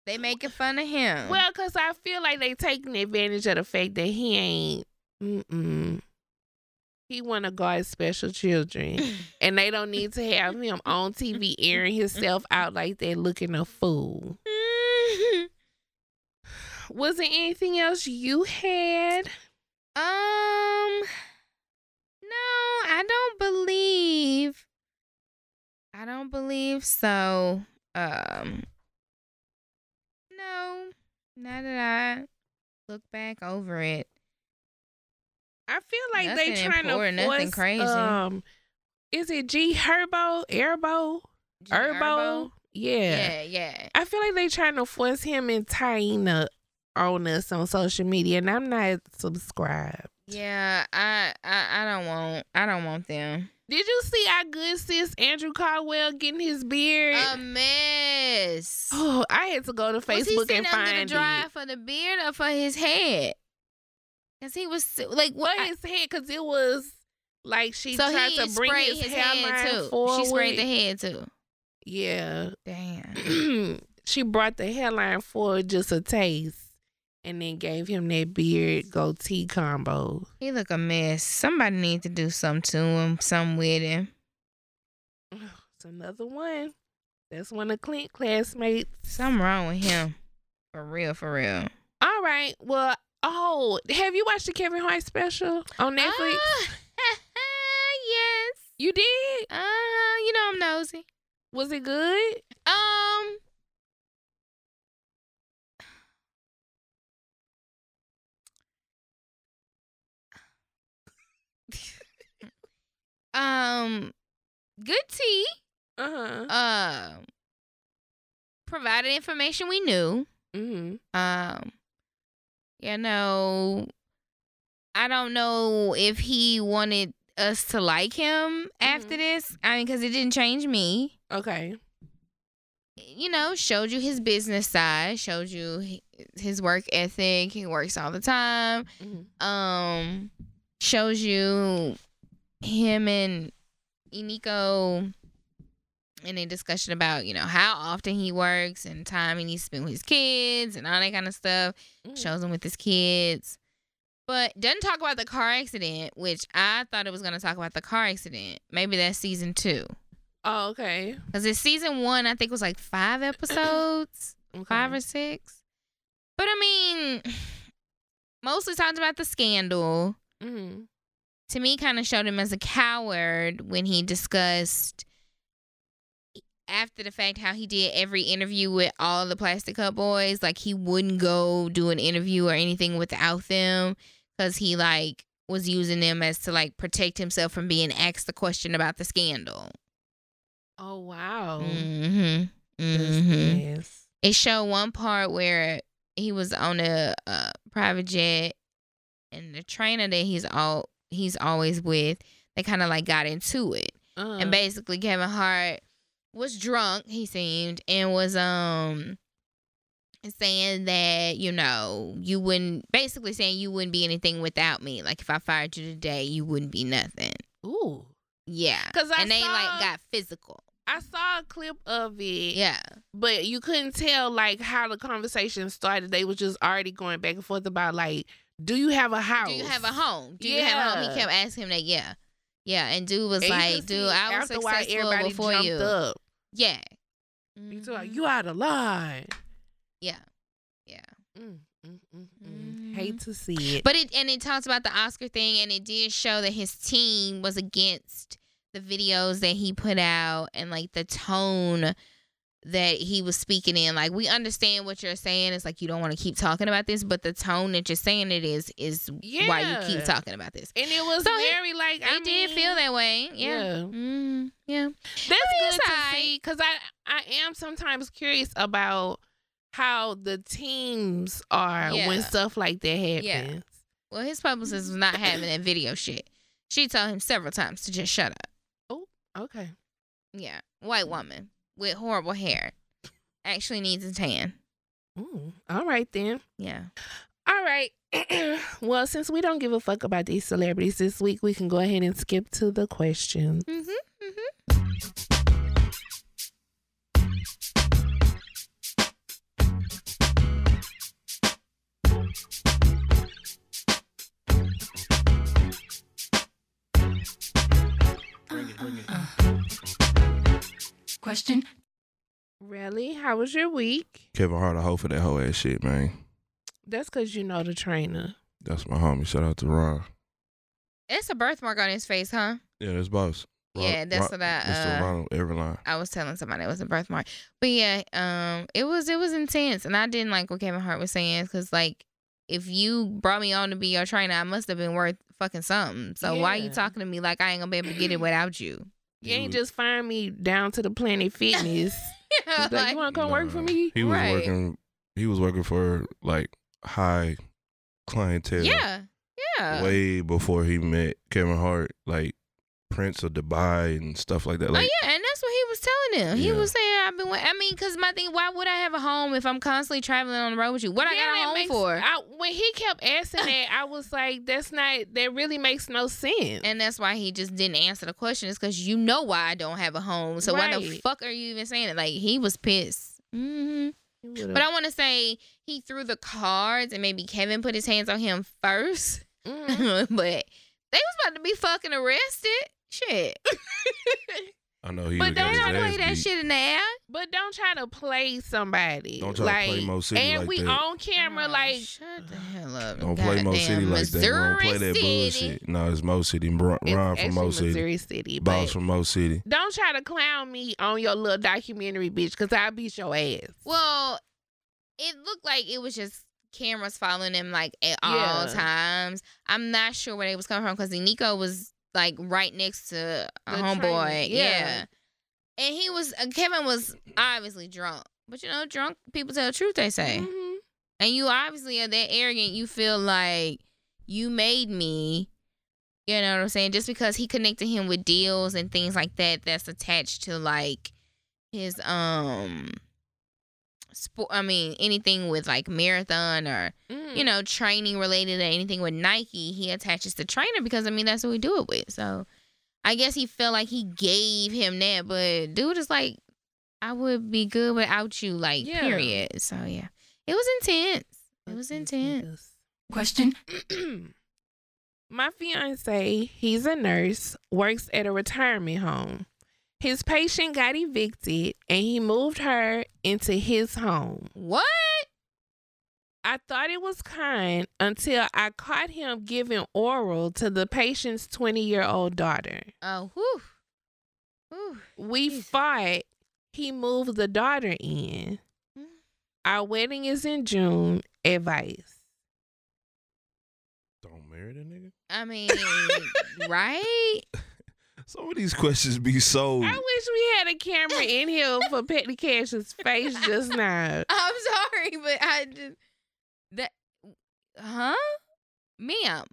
S4: They making fun of him.
S1: Well, because I feel like they taking advantage of the fact that he ain't. Mm-mm. He want to guard special children, and they don't need to have him on TV airing himself out like that, looking a fool. Was there anything else you had?
S4: Um, no, I don't believe. I don't believe so. Um, no, now that I look back over it,
S1: I feel like they
S4: Nothing
S1: trying
S4: important,
S1: to
S4: nothing
S1: force.
S4: crazy.
S1: Um, is it G Herbo, Herbo,
S4: G
S1: Herbo?
S4: Herbo?
S1: Yeah.
S4: yeah, yeah.
S1: I feel like they trying to force him and Tyena on us on social media, and I'm not subscribed.
S4: Yeah, I, I, I don't want, I don't want them.
S1: Did you see our good sis Andrew Caldwell getting his beard?
S4: A mess.
S1: oh, I had to go to
S4: Was he
S1: Facebook
S4: sitting
S1: and
S4: under the
S1: find
S4: dry
S1: it.
S4: for the beard or for his head? Cause he was si- like, what?
S1: What his head? Because it was like she
S4: so
S1: tried
S4: he
S1: to bring
S4: sprayed
S1: his, hairline forward.
S4: She sprayed the head too.
S1: Yeah,
S4: Damn.
S1: she brought the hairline forward just a taste, and then gave him that beard goatee combo.
S4: He look a mess. Somebody need to do something to him, something with him.
S1: It's another one. That's one of Clint classmates.
S4: Something wrong with him. For real, for real.
S1: All right. Well, oh, have you watched the Kevin Hart special on Netflix?
S4: Uh, Ah, yes.
S1: you did.
S4: Uh, you know I'm nosy.
S1: Was it good?
S4: Um Um good tea.
S1: Uh huh.
S4: Um provided information we knew.
S1: hmm
S4: Um, you know, I don't know if he wanted us to like him after this. I mean, because it didn't change me.
S1: Okay.
S4: You know, showed you his business side, showed you hi- his work ethic. He works all the time.
S1: Mm-hmm.
S4: Um, shows you him and Iniko and a discussion about you know how often he works and time he needs to spend with his kids and all that kind of stuff
S1: Mm-hmm. Hmm.
S4: shows him with his kids but doesn't talk about the car accident which i thought it was going to talk about the car accident maybe that's season two
S1: Oh, okay.
S4: because it's season one i think was like five episodes
S1: okay.
S4: five or six but i mean mostly talked about the scandal
S1: hmm
S4: to me kind of showed him as a coward when he discussed after the fact how he did every interview with all the plastic cup boys like he wouldn't go do an interview or anything without them because he like was using them as to like protect himself from being asked the question about the scandal
S1: Oh wow.
S4: mm-hmm.
S1: That's
S4: Mm-hmm. it showed one part where he was on a, uh private jet and the trainer that he's all he's always with they kind of like got into it
S1: Uh,
S4: and basically Kevin Hart was drunk, he seemed, and was um saying that you know you wouldn't basically saying you wouldn't be anything without me. Like if I fired you today, you wouldn't be nothing.
S1: ooh,
S4: Yeah,
S1: 'Cause I
S4: and they
S1: saw-
S4: like got physical.
S1: I saw a clip of it.
S4: Yeah,
S1: but you couldn't tell like how the conversation started. They was just already going back and forth about like, do you have a house?
S4: do you have a home? Do you have a home?
S1: Yeah.
S4: He kept asking him that. Yeah, yeah, and dude was
S1: And you
S4: like,
S1: could
S4: dude,
S1: see
S4: I was
S1: after a while,
S4: successful
S1: everybody
S4: before
S1: jumped
S4: you.
S1: Up.
S4: Yeah,
S1: You told her,
S4: Mhm.
S1: you out of line.
S4: yeah, yeah.
S1: Mm, mm, mm, mm.
S4: Mhm.
S1: Hate to see it.
S4: But it and it talks about the Oscar thing, and it did show that his team was against the videos that he put out and like the tone that he was speaking in. Like we understand what you're saying. It's like you don't want to keep talking about this, but the tone that you're saying it is is why you
S1: Yeah.
S4: keep talking about this.
S1: and it was
S4: So he-
S1: very like
S4: I,
S1: I
S4: did
S1: mean,
S4: feel that way. Yeah.
S1: yeah.
S4: Mm, yeah.
S1: That's good
S4: mean, it's
S1: to
S4: all right.
S1: see because I I am sometimes curious about how the teams are when
S4: Yeah.
S1: stuff like that happens.
S4: Yeah. Well, his publicist was not having that video shit. She told him several times to just shut up.
S1: Okay.
S4: Yeah. White woman with horrible hair. Actually needs a tan.
S1: Mm. All right then.
S4: Yeah.
S1: All right. well, since we don't give a fuck about these celebrities this week, we can go ahead and skip to the question.
S4: hmm hmm
S5: Question
S1: Really? How was your week?
S6: Kevin Hart, I hope for that whole ass shit, man.
S1: That's because you know the trainer.
S6: That's my homie. Shout out to Ron.
S4: It's a birthmark on his face, huh?
S6: Yeah, that's boss.
S4: Yeah, that's what I,
S6: Mr.
S4: uh,
S6: Ronald Everline.
S4: I was telling somebody it was a birthmark, but yeah, um, it was it was intense, and I didn't like what Kevin Hart was saying because like, if you brought me on to be your trainer, I must have been worth fucking something. So why you
S1: Yeah.
S4: talking to me like I ain't gonna be able to get it without you?
S1: You ain't just find me down to the Planet Fitness. Just like, you
S4: like,
S1: want to come work for
S6: Nah,
S1: me?
S6: He was
S4: Right.
S6: working. He was working for like high clientele.
S4: yeah, yeah,
S6: Way before he met Kevin Hart, like Prince of Dubai and stuff like that. Like,
S4: oh yeah, and that's what he was telling him. He
S6: Yeah.
S4: was saying, "I've been. wa- I mean, because my thing, why would I have a home if I'm constantly traveling on the road with you? What I
S1: Yeah,
S4: got a
S1: that
S4: home
S1: makes-
S4: for?
S1: I, when he kept asking that, I was like, that's not, that really makes no sense.
S4: And that's why he just didn't answer the question. Is because you know why I don't have a home. So why the
S1: Right. Mm-hmm.
S4: fuck are you even saying it? Like he was pissed. hmm But I want to say he threw the cards and maybe Kevin put his hands on him first. but
S1: Mhm.
S4: they was about to be fucking arrested. Shit.
S6: I know he.
S1: But
S6: was
S1: they
S6: got his
S4: Don't play
S6: ass
S4: that
S6: beat.
S4: shit in the air.
S1: But don't try to play somebody.
S6: Don't try
S1: like,
S6: to play Mo City
S1: And
S6: like
S1: we
S6: that.
S1: on camera,
S4: Oh,
S1: like,
S4: shut the hell up.
S6: Don't play Mo
S4: Goddamn
S6: City like that. Don't play
S4: Missouri
S6: that
S4: City.
S6: bullshit. No, it's Mo City. and Bron-
S1: it's
S6: Ron from
S1: actually
S6: Mo City.
S1: Missouri City.
S6: Boss
S1: but-
S6: from Mo City.
S1: Don't try to clown me on your little documentary, bitch, because I beat your ass.
S4: Well, it looked like it was just cameras following him like at all
S1: Yeah.
S4: times. I'm not sure where they was coming from because Nico was like right next to a
S1: The
S4: homeboy.
S1: trainer,
S4: Yeah.
S1: yeah.
S4: And he was, uh, Kevin was obviously drunk. But you know, drunk people tell the truth, they say.
S1: Mhm.
S4: And you obviously are that arrogant. You feel like you made me. You know what I'm saying? Just because he connected him with deals and things like that, that's attached to like his um, sport. I mean, anything with like marathon or
S1: Mm.
S4: you know training related or anything with Nike, he attaches the trainer because I mean that's what we do it with. So I guess he felt like he gave him that, but dude is like, I would be good without you. Like,
S1: Yeah.
S4: period. So yeah, it was intense. It was
S1: Fuck these
S4: intense.
S5: Question
S1: niggas. My fiance, he's a nurse, works at a retirement home. His patient got evicted and he moved her into his home.
S4: What?
S1: I thought it was kind until I caught him giving oral to the patient's 20 year old daughter.
S4: Oh, whew. Whew.
S1: We
S4: Jeez.
S1: fought. He moved the daughter in. Our wedding is in June. Advice.
S6: Don't marry that nigga.
S4: I mean, right?
S6: Some of these questions be so.
S1: I wish we had a camera in here for Petty Cash's face just now.
S4: I'm sorry, but I just that huh? Ma'am.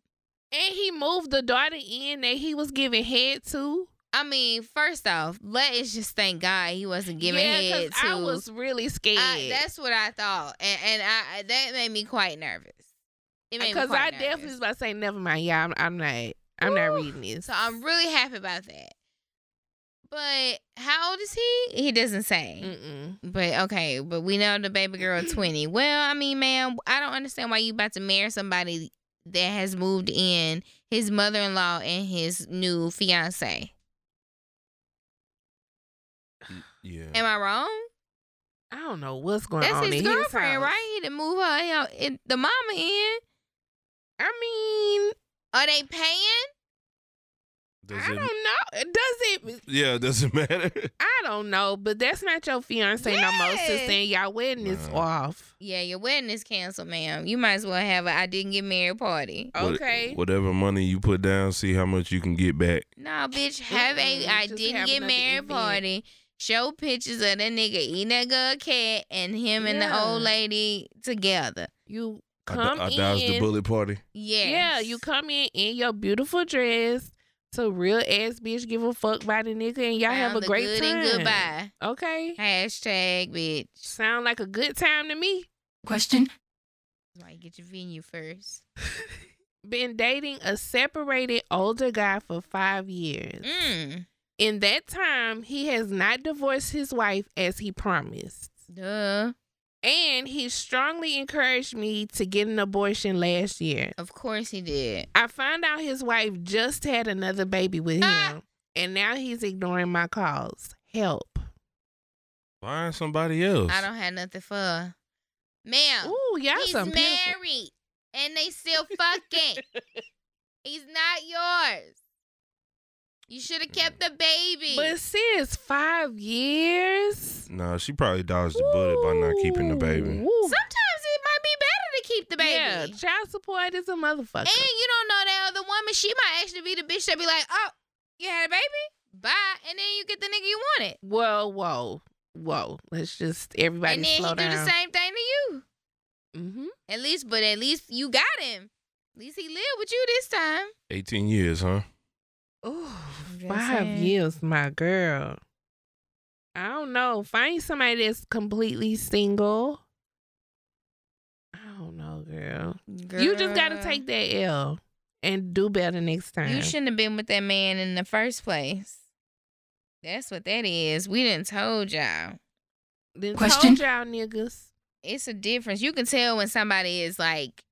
S1: And he moved the daughter in that he was giving head to.
S4: I mean, first off, let's just thank God he wasn't giving
S1: yeah,
S4: head to.
S1: I was really scared.
S4: I- that's what I thought, and and I I- that made me quite nervous. It made me
S1: Because
S4: quite
S1: I
S4: nervous.
S1: definitely was about to say, never mind, yeah, I'm, I'm not, I'm not
S4: Woo.
S1: reading this.
S4: So I'm really happy about that. But how old is he? He doesn't say.
S1: Mm-mm.
S4: But okay, but we know the baby girl 20. Well, I mean, ma'am, I don't understand why you about to marry somebody that has moved in his mother-in-law and his new fiance.
S6: yeah.
S4: Am I wrong?
S1: I don't know what's going
S4: That's
S1: on
S4: his
S1: in
S4: girlfriend,
S1: house.
S4: right? He didn't move her, you know, it- the mama in.
S1: I mean,
S4: Are they paying?
S6: Does
S1: I
S6: it-
S1: don't know. Does it?
S6: yeah, does it matter?
S1: I don't know, but that's not your fiance no more,
S4: Yes.
S1: sister. and Y'all wedding is
S6: Nah.
S1: off.
S4: Yeah, your wedding is canceled, ma'am. You might as well have a I didn't get married party.
S6: What-
S1: Okay.
S6: whatever money you put down, see how much you can get back.
S4: Nah, bitch, Mm, have a
S1: Mm-mm,
S4: I
S1: just
S4: didn't
S1: have
S4: get
S1: another
S4: married
S1: event.
S4: party. Show pictures of that nigga eating that good cat and him and the
S1: Yeah.
S4: old lady together.
S1: You
S6: I,
S1: come
S6: I
S1: in.
S6: dodged the bullet party.
S4: Yes.
S1: Yeah, you come in in your beautiful dress to real ass bitch give a fuck by the nigga and y'all have a
S4: Found the
S1: great
S4: good
S1: time.
S4: and goodbye.
S1: Okay.
S4: Hashtag bitch.
S1: Sound like a good time to me.
S5: question,
S4: That's why you get your venue first.
S1: Been dating a separated older guy for five years.
S4: Mm.
S1: In that time, he has not divorced his wife as he promised.
S4: Duh.
S1: And he strongly encouraged me to get an abortion last year.
S4: Of course he did.
S1: I found out his wife just had another baby with him,
S4: Ah.
S1: and now he's ignoring my calls. Help.
S6: Find somebody else.
S4: I don't have nothing for her. Ma'am.
S1: Ooh, y'all
S4: He's
S1: some
S4: married
S1: people.
S4: and they still fucking. He's not yours. You should have kept the baby.
S1: But sis, five years.
S6: Nah, she probably dodged the bullet by not keeping the baby.
S1: Ooh.
S4: Sometimes it might be better to keep the baby.
S1: Yeah, child support is a motherfucker.
S4: and you don't know that other woman. She might actually be the bitch that be like, oh, you had a baby? Bye. And then you get the nigga you wanted.
S1: whoa, whoa, whoa. Let's just everybody
S4: and then
S1: slow
S4: he
S1: down.
S4: do the same thing to you.
S1: hmm
S4: At least, but at least you got him. At least he lived with you this time.
S6: 18 years, huh?
S1: Ooh,
S4: just
S1: five
S4: saying.
S1: years, my girl. I don't know. Find somebody that's completely single. I don't know, girl. You just gotta
S4: Girl.
S1: take that L and do better next time.
S4: You shouldn't have been with that man in the first place. That's what that is. We didn't told y'all.
S1: Then
S5: Question?
S1: told y'all niggas.
S4: It's a difference. You can tell when somebody is like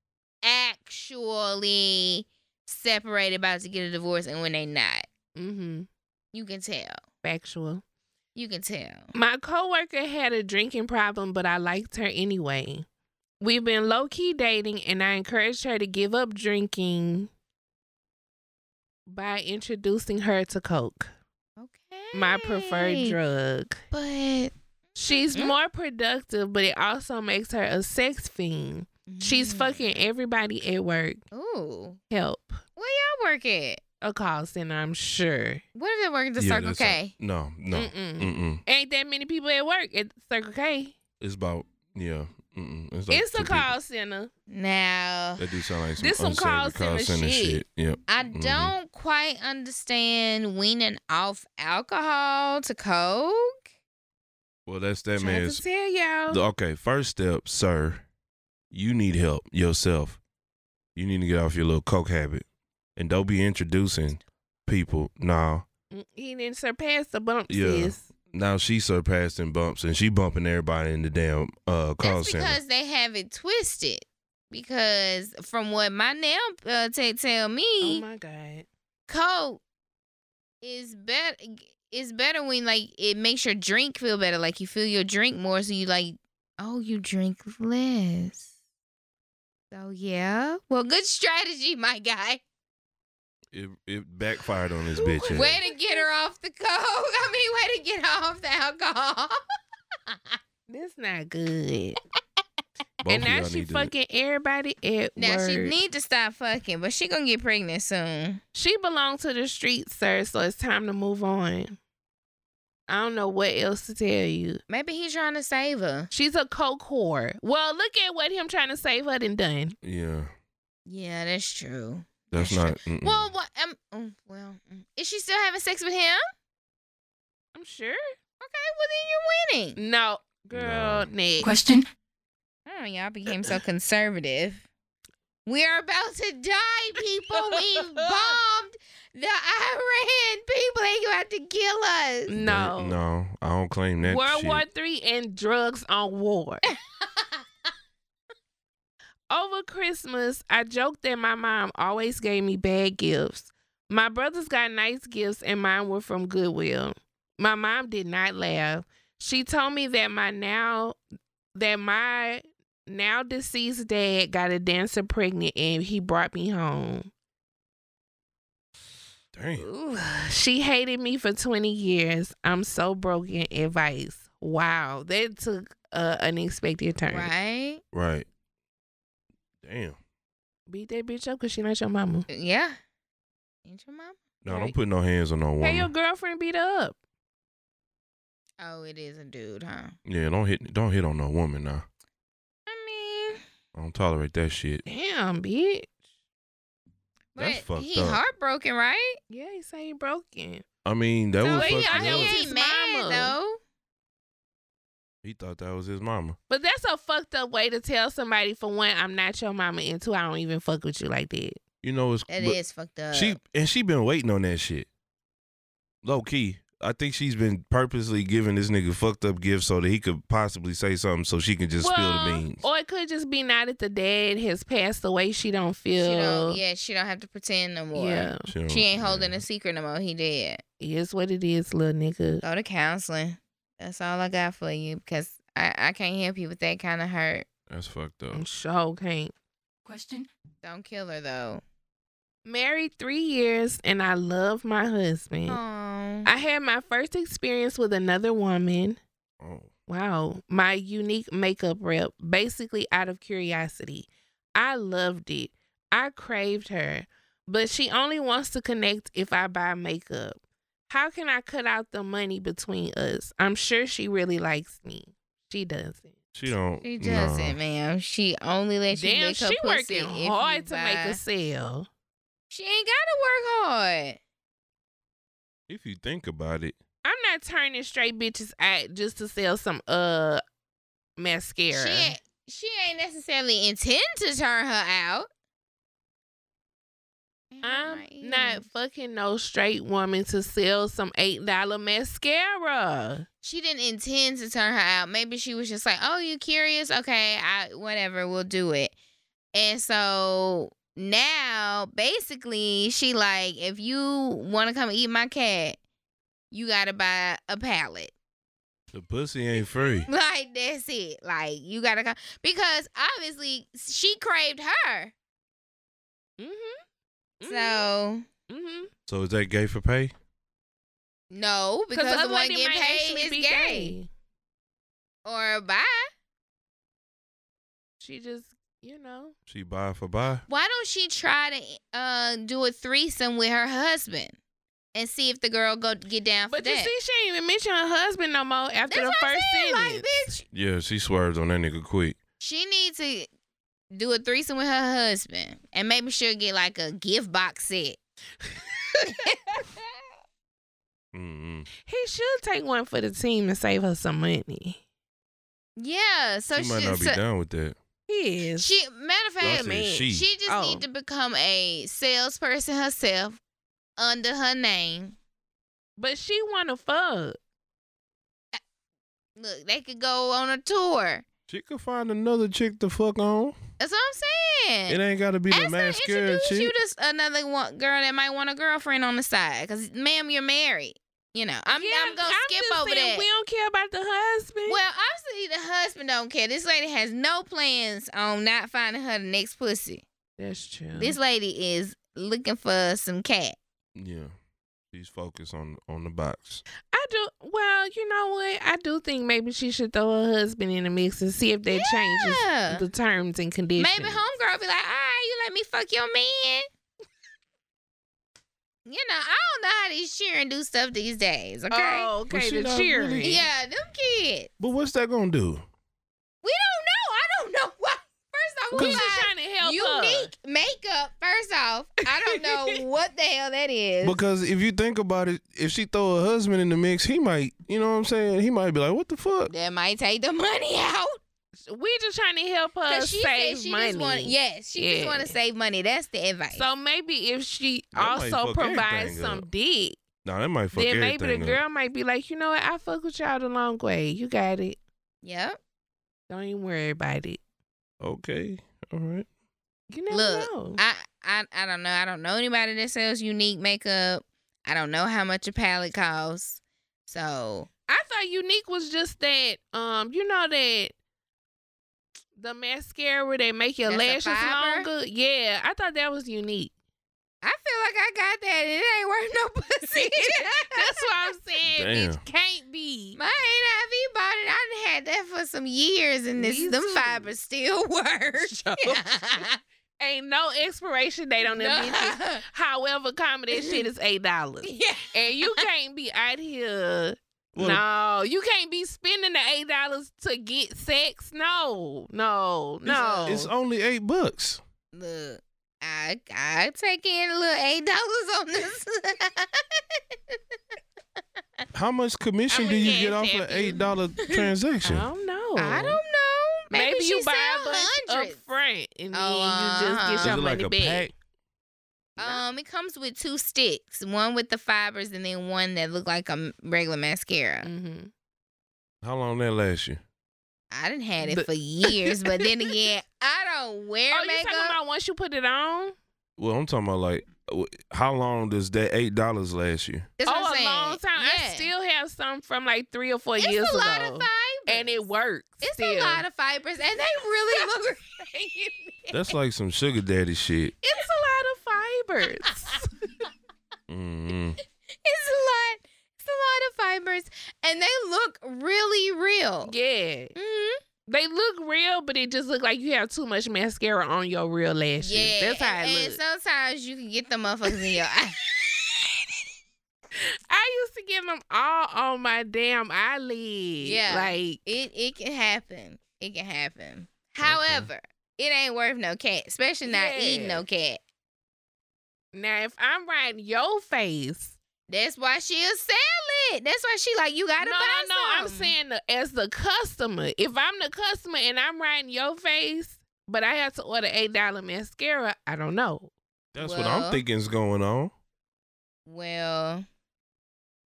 S4: actually separated, about to get a divorce, and when they not.
S1: Mm-hmm.
S4: You can tell.
S1: Factual.
S4: You can tell.
S1: My coworker had a drinking problem, but I liked her anyway. We've been low key dating, and I encouraged her to give up drinking by introducing her to coke.
S4: Okay.
S1: my preferred drug.
S4: But
S1: She's
S4: Mm.
S1: more productive, but it also makes her a sex fiend. She's
S4: Mm.
S1: fucking everybody at work.
S4: Ooh.
S1: Help.
S4: Where y'all work at?
S1: A call center, I'm sure.
S4: What if they work at the
S6: Yeah,
S4: Circle
S6: that's a-
S4: K?
S6: no, no.
S1: Mm-mm.
S6: Mm-mm.
S1: Ain't that many people at work at Circle K.
S6: It's about, yeah. Mm-mm. It's, like
S1: it's
S6: two
S1: a
S6: people.
S1: call center.
S4: Now
S6: That do sound like some
S1: This some call
S6: unsavory call
S1: center
S6: center
S1: shit.
S6: shit. Yep.
S4: I
S6: Mhm.
S4: don't quite understand weaning off alcohol to coke.
S6: Well, that's that
S1: Trying
S6: man's.
S1: to tell y'all.
S6: The- okay, first step, sir. You need help yourself. You need to get off your little coke habit, and don't be introducing people. Now,
S1: Mm, he didn't surpass the bump,
S6: Yeah.
S1: sis.
S6: now she surpassing bumps, and she bumping everybody in the damn uh call
S4: That's
S6: center.
S4: because they have it twisted. Because from what my nail uh, tech tell
S1: Oh
S4: me,
S1: my God.
S4: coke is better. It's better when like it makes your drink feel better. Like you feel your drink more, so you like, oh, you drink less. So yeah, well, good strategy, my guy.
S6: It, it backfired on this bitch. ass.
S4: Way to get her off the coke. I mean, way to get her off the alcohol.
S1: This not good.
S6: Both
S1: and
S6: of
S1: now
S6: y'all
S1: she
S6: need to-
S1: fucking everybody at
S4: Now
S1: work.
S4: she need to stop fucking, but she gonna get pregnant soon.
S1: She belonged to the streets, sir, so it's time to move on. I don't know what else to tell you.
S4: Maybe he's trying to save her.
S1: She's a coke whore. Well, look at what him trying to save her done done.
S6: Yeah,
S4: Yeah, that's true.
S6: that's not. mm-mm.
S4: Well, what? Um, mm, well, mm. is she still having sex with him? Okay,
S1: I'm sure.
S4: well then you're winning.
S1: No, girl,
S6: No.
S1: Nick.
S5: Question.
S4: Oh, y'all became so conservative. We are about to die, people. We've bombed the Iran people. They about to kill us.
S1: No,
S6: That- no, I don't claim that.
S1: World
S6: shit.
S1: War Three and drugs on war. Over Christmas, I joked that my mom always gave me bad gifts. My brothers got nice gifts and mine were from Goodwill. My mom did not laugh. She told me that my now that my now deceased dad got a dancer pregnant and he brought me home.
S6: Damn.
S1: Ooh, she hated me for 20 years. I'm so broken. Advice. Wow. That took an unexpected turn.
S4: Right?
S6: Right. Damn.
S1: Beat that bitch up because she not your mama.
S4: Yeah. Ain't your mom?
S6: No,
S1: Right.
S6: don't put no hands on no woman.
S1: Hey, your girlfriend beat her up.
S4: Oh, it is a dude, huh?
S6: yeah, don't hit. Don't hit on no woman now.
S4: I mean,
S6: I don't tolerate that shit.
S1: Damn, bitch.
S4: but
S6: That's fucked
S4: he
S6: up.
S4: heartbroken, right?
S1: Yeah, he say he broken.
S6: I mean, that
S4: so
S6: was.
S1: he-
S4: he,
S6: fucked
S1: I know
S6: up.
S1: was
S4: he
S1: his
S4: ain't mad
S1: mama.
S4: though.
S6: He thought that was his mama.
S1: But that's a fucked up way to tell somebody for one, I'm not your mama, and two, I don't even fuck with you like that.
S6: You know, it's
S4: That is uh,
S6: but
S4: fucked up.
S6: she and she been waiting on that shit. Low key, I think she's been purposely giving this nigga fucked up gifts so that he could possibly say something so she can just spill the beans.
S1: Or it could just be now that the dad has passed away, she don't
S4: She
S1: feel.
S4: don't, yeah, she don't have to pretend no more.
S1: yeah.
S6: She, don't-
S4: She ain't holding
S6: yeah.
S4: a secret no more. He did.
S1: It is what it is, little nigga.
S4: Go to counseling. That's all I got for you because I, I can't help you with that kind of hurt.
S6: That's fucked up.
S4: Mm.
S1: I'm sure can't.
S5: Question.
S4: Don't kill her though.
S1: married three years and I love my husband.
S4: Aw.
S1: I had my first experience with another woman.
S6: Oh,
S1: Wow. My unique makeup rep, basically out of curiosity. I loved it. I craved her, but she only wants to connect if I buy makeup. How can I cut out the money between us? I'm sure she really likes me. She doesn't.
S6: she don't.
S4: she doesn't,
S6: nah.
S4: ma'am. She only lets you
S1: Damn,
S4: lick her
S1: she
S4: pussy
S1: working
S4: if you
S1: hard to make
S4: buy-
S1: a sale.
S4: She ain't gotta work hard.
S6: If you think about it,
S1: I'm not turning straight bitches out just to sell some uh mascara.
S4: She ain't, she ain't necessarily intend to turn her out. Damn,
S1: I'm
S4: my ears.
S1: not fucking no straight woman to sell some eight dollar mascara.
S4: She didn't intend to turn her out. Maybe she was just like, "Oh, you curious? Okay, I whatever, we'll do it." And so now, basically, she like, if you want to come eat my cat, you gotta buy a palette.
S6: the pussy ain't free.
S4: Like that's it. Like you gotta come because obviously she craved her.
S1: Mm-hmm.
S4: So
S1: mm-hmm.
S6: So is that gay for pay?
S4: no, because the one getting paid is gay. or bi.
S1: She just, you know,
S6: She buy for buy.
S4: Why don't she try to uh do a threesome with her husband and see if the girl go get down for
S1: but you
S4: that?
S1: see, she ain't even mention her husband no more after
S4: That's
S1: the
S4: what I'm
S1: first
S4: saying,
S1: sentence.
S4: like, bitch,
S6: Yeah, she swerved on that nigga quick.
S4: she needs to do a threesome with her husband, and maybe she'll get like a gift box set.
S6: Mm-mm.
S1: He should take one for the team and save her some money.
S4: yeah, so
S6: she
S4: she,
S6: might not be
S4: so-
S6: down with that.
S1: He is.
S4: She matter of
S6: No, I
S4: fact,
S6: said she.
S4: she just
S1: Oh.
S4: need to become a salesperson herself under her name.
S1: but she wanna fuck.
S4: Look, they could go on a tour.
S6: She could find another chick to fuck on.
S4: That's what I'm saying.
S6: It ain't got to be the
S4: Ask her to
S6: mascara
S4: introduce
S6: chick.
S4: you to s- another one, girl that might want a girlfriend on the side. Cause ma'am, you're married. You know, I'm,
S1: Yeah,
S4: I'm gonna skip
S1: just
S4: over
S1: saying,
S4: that.
S1: We don't care about the husband.
S4: Well, obviously the husband don't care. This lady has no plans on not finding her the next pussy.
S1: that's true.
S4: This lady is looking for some cat.
S6: yeah. She's focused on on the box.
S1: I do. Well, you know what? I do think maybe she should throw her husband in the mix and see if that
S4: Yeah.
S1: changes the terms and conditions.
S4: Maybe homegirl be like, all right, you let me fuck your man. you know, I don't know how these cheering do stuff these days, okay?
S1: Oh,
S6: But
S1: okay.
S6: she
S1: The
S6: not
S1: cheering.
S6: really-
S4: Yeah, them kids.
S6: But what's that gonna do?
S4: We don't know. I don't know why. First off,
S1: Cause
S4: we
S1: she's
S4: like,
S1: trying to help her.
S4: unique makeup. First off, I don't know what the hell that is.
S6: Because if you think about it, if she throw her husband in the mix, he might, you know what I'm saying? He might be like, "What the fuck?"
S4: that might take the money out.
S1: We just trying to help her
S4: Cause she
S1: Uh, save
S4: said she
S1: money.
S4: just want yes, she just
S1: Yeah.
S4: want to save money. That's the advice.
S1: So maybe if she
S6: That might
S1: also
S6: fuck
S1: provides
S6: everything
S1: some
S6: up.
S1: dick,
S6: No, that might fuck
S1: then maybe
S6: everything
S1: the
S6: up.
S1: girl might be like, you know what? I fuck with y'all the long way. You got it.
S4: yep.
S1: Don't even worry about it.
S6: Okay, all right.
S1: You never
S4: Look,
S1: know.
S4: I, I I don't know. I don't know anybody that sells unique makeup. I don't know how much a palette costs. So
S1: I thought unique was just that. Um, you know that the mascara that make your
S4: That's a
S1: lashes
S4: fiber?
S1: longer. Yeah, I thought that was unique.
S4: I feel like I got that. and It ain't worth no pussy.
S1: That's what I'm saying.
S6: Damn.
S1: Bitch can't be.
S4: My NIV bought it. I done had that for some years, and this
S1: Me
S4: them
S1: too.
S4: fibers still work.
S1: Sure. Ain't no expiration date on them bitches. However, common that shit is eight dollars.
S4: yeah.
S1: And you can't be out here.
S6: Well,
S1: no, you can't be spending the eight dollars to get sex. No, no, no.
S6: It's only eight bucks.
S4: Look, I I take in a little eight dollars on this.
S6: How much commission
S1: I'ma
S6: do you
S1: cash
S6: get off
S1: app
S6: an
S1: you.
S6: eight dollar
S1: Oh,
S6: transaction?
S1: I don't know.
S4: I don't know. Oh. Maybe,
S1: Maybe,
S4: she
S1: you buy a
S4: sell
S1: bunch
S4: hundreds.
S1: up front and then
S4: Oh,
S1: you just
S4: uh-huh.
S1: get
S6: Is
S1: your
S6: it like
S1: money
S6: a
S1: back.
S6: pack?
S4: Um, it comes with two sticks, one with the fibers, and then one that look like a m- regular mascara.
S1: Mm-hmm.
S6: How long that last you?
S4: I didn't had it
S1: But-
S4: for years, but then again, I don't wear
S1: Oh, you
S4: makeup.
S1: talking about once you put it on?
S6: Well, I'm talking about like, wh- how long does that eight dollars last you?
S4: That's
S1: oh,
S4: what I'm
S1: a
S4: saying.
S1: long time.
S4: Yeah.
S1: I still have some from like three or four
S4: it's
S1: years
S4: a lot
S1: ago,
S4: of fibers,
S1: and it works.
S4: It's
S1: still.
S4: a lot of fibers, and they really look. great.
S6: That's like some sugar daddy shit.
S1: It's a lot of fibers.
S6: Mm-hmm.
S4: it's a lot. It's a lot of fibers, and they look really real.
S1: yeah,
S4: Mhm.
S1: they look real, but it just look like you have too much mascara on your real lashes.
S4: Yeah,
S1: That's how
S4: and,
S1: it
S4: and
S1: looks.
S4: sometimes you can get the motherfuckers in your eye.
S1: I used to get them all on my damn eyelid.
S4: Yeah.
S1: like
S4: It it can happen. It can happen. However, it ain't worth no cat, especially not eating
S1: Yeah.
S4: no cat.
S1: now if I'm riding your face,
S4: That's why she'll sell it. That's why she like you gotta
S1: no,
S4: buy
S1: no, no. I'm
S4: some.
S1: saying the, as the customer. If I'm the customer and I'm riding your face, but I have to order eight dollar mascara, I don't know.
S6: That's what I'm
S4: Well,
S6: thinking's going on.
S4: Well,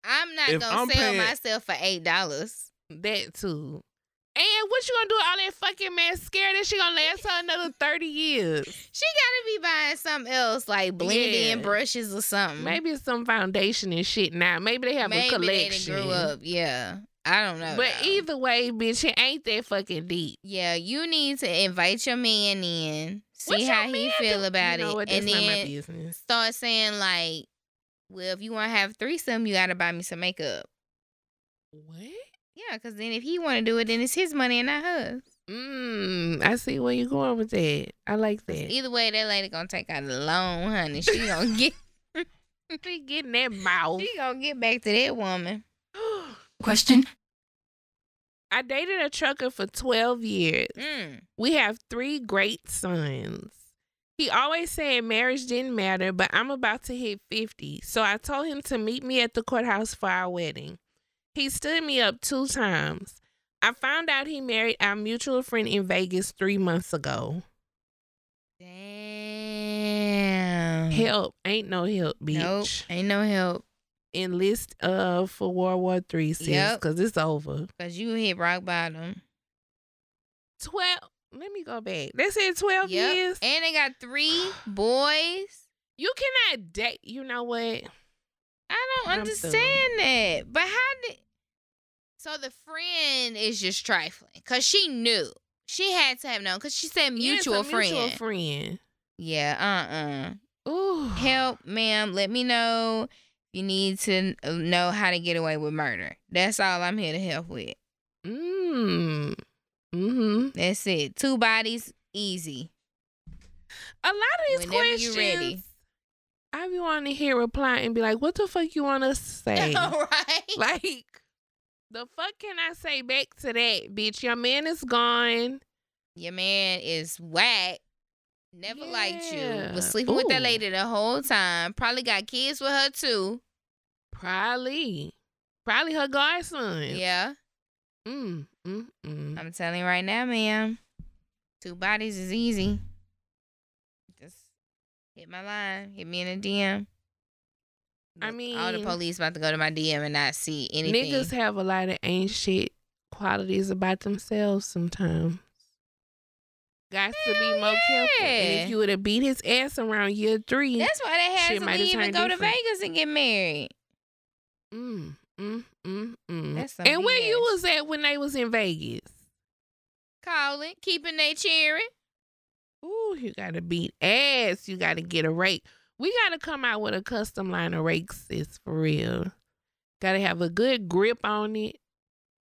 S4: I'm not
S6: If
S4: gonna
S6: I'm
S4: sell
S6: paying-
S4: myself for eight dollars.
S1: That too. And what you gonna do with all that fucking mascara? That she gonna last her another thirty years?
S4: She gotta be buying something else, like blending
S1: Yeah.
S4: brushes or something.
S1: Maybe it's some foundation and shit now. Maybe they have
S4: Mm-hmm. Maybe
S1: a collection.
S4: They done grew up. Yeah, I don't know.
S1: But
S4: though.
S1: either way, bitch, it ain't that fucking deep.
S4: yeah, you need to invite your man in, see
S1: What your
S4: how he
S1: man
S4: feel
S1: do-
S4: about
S1: You know
S4: it,
S1: what?
S4: and
S1: That's not my
S4: then
S1: business.
S4: start saying like, "Well, if you want to have threesome, you gotta buy me some makeup."
S1: What?
S4: Yeah, because then if he want to do it, then it's his money and not hers.
S1: Mm, I see where you're going with that. I like that.
S4: Either way, that lady gonna take out a loan, honey. She gonna get
S1: be getting that mouth.
S4: she gonna get back to that woman.
S5: Question.
S1: I dated a trucker for 12 years.
S4: Mm.
S1: We have three great sons. He always said marriage didn't matter, but I'm about to hit 50. So I told him to meet me at the courthouse for our wedding. He stood me up two times. I found out he married our mutual friend in Vegas three months ago.
S4: Damn.
S1: Help. Ain't no help, bitch.
S4: Mm. Nope. Ain't no help.
S1: Enlist uh for World War Three, sis,
S4: Yep.
S1: because it's over.
S4: Cause you hit rock bottom.
S1: Twelve let me go back. They said twelve
S4: Yep.
S1: years.
S4: And they got three boys.
S1: You cannot date. You know what?
S4: I don't
S1: I'm through.
S4: understand that. But how did So the friend is just trifling. Cause she knew. She had to have known. Cause she said
S1: Yeah, it's
S4: mutual
S1: a
S4: friend.
S1: Mutual friend.
S4: yeah, uh uh
S1: Ooh.
S4: Help, ma'am. Let me know You need to n- uh, know how to get away with murder. That's all I'm here to help with.
S1: Mm. Mm-hmm.
S4: That's it. Two bodies, easy.
S1: A lot of these
S4: Whenever you
S1: questions,
S4: ready.
S1: I be wanting to hear reply and be like, "What the fuck you want us to say?"
S4: right?
S1: like, the fuck can I say back to that, bitch? Your man is gone.
S4: Your man is whack. Never liked you.
S1: Yeah.
S4: Was sleeping with that
S1: Ooh.
S4: lady the whole time. Probably got kids with her too.
S1: Probably, probably her godson.
S4: Yeah.
S1: Mm. Mm. Mm.
S4: I'm telling you right now, ma'am. Two bodies is easy. Just hit my line. Hit me in a DM.
S1: I
S4: Look, all the
S1: mean,
S4: police about to go to my DM and not see anything.
S1: Niggas have a lot of ain't shit qualities about themselves sometimes. Got to be
S4: Hell
S1: more careful. And
S4: yeah.
S1: if you would have beat his ass around year three,
S4: That's why they
S1: Shit
S4: had to
S1: might have
S4: leave and
S1: turned
S4: go
S1: different.
S4: to Vegas and get married.
S1: mm, mm, mm, mm.
S4: That's some
S1: and where you
S4: BS.
S1: was at when they was in Vegas?
S4: Calling, keeping they cheering.
S1: Ooh, you gotta beat ass. You gotta get a rake. We gotta come out with a custom line of rakes. It's for real. Gotta have a good grip on it,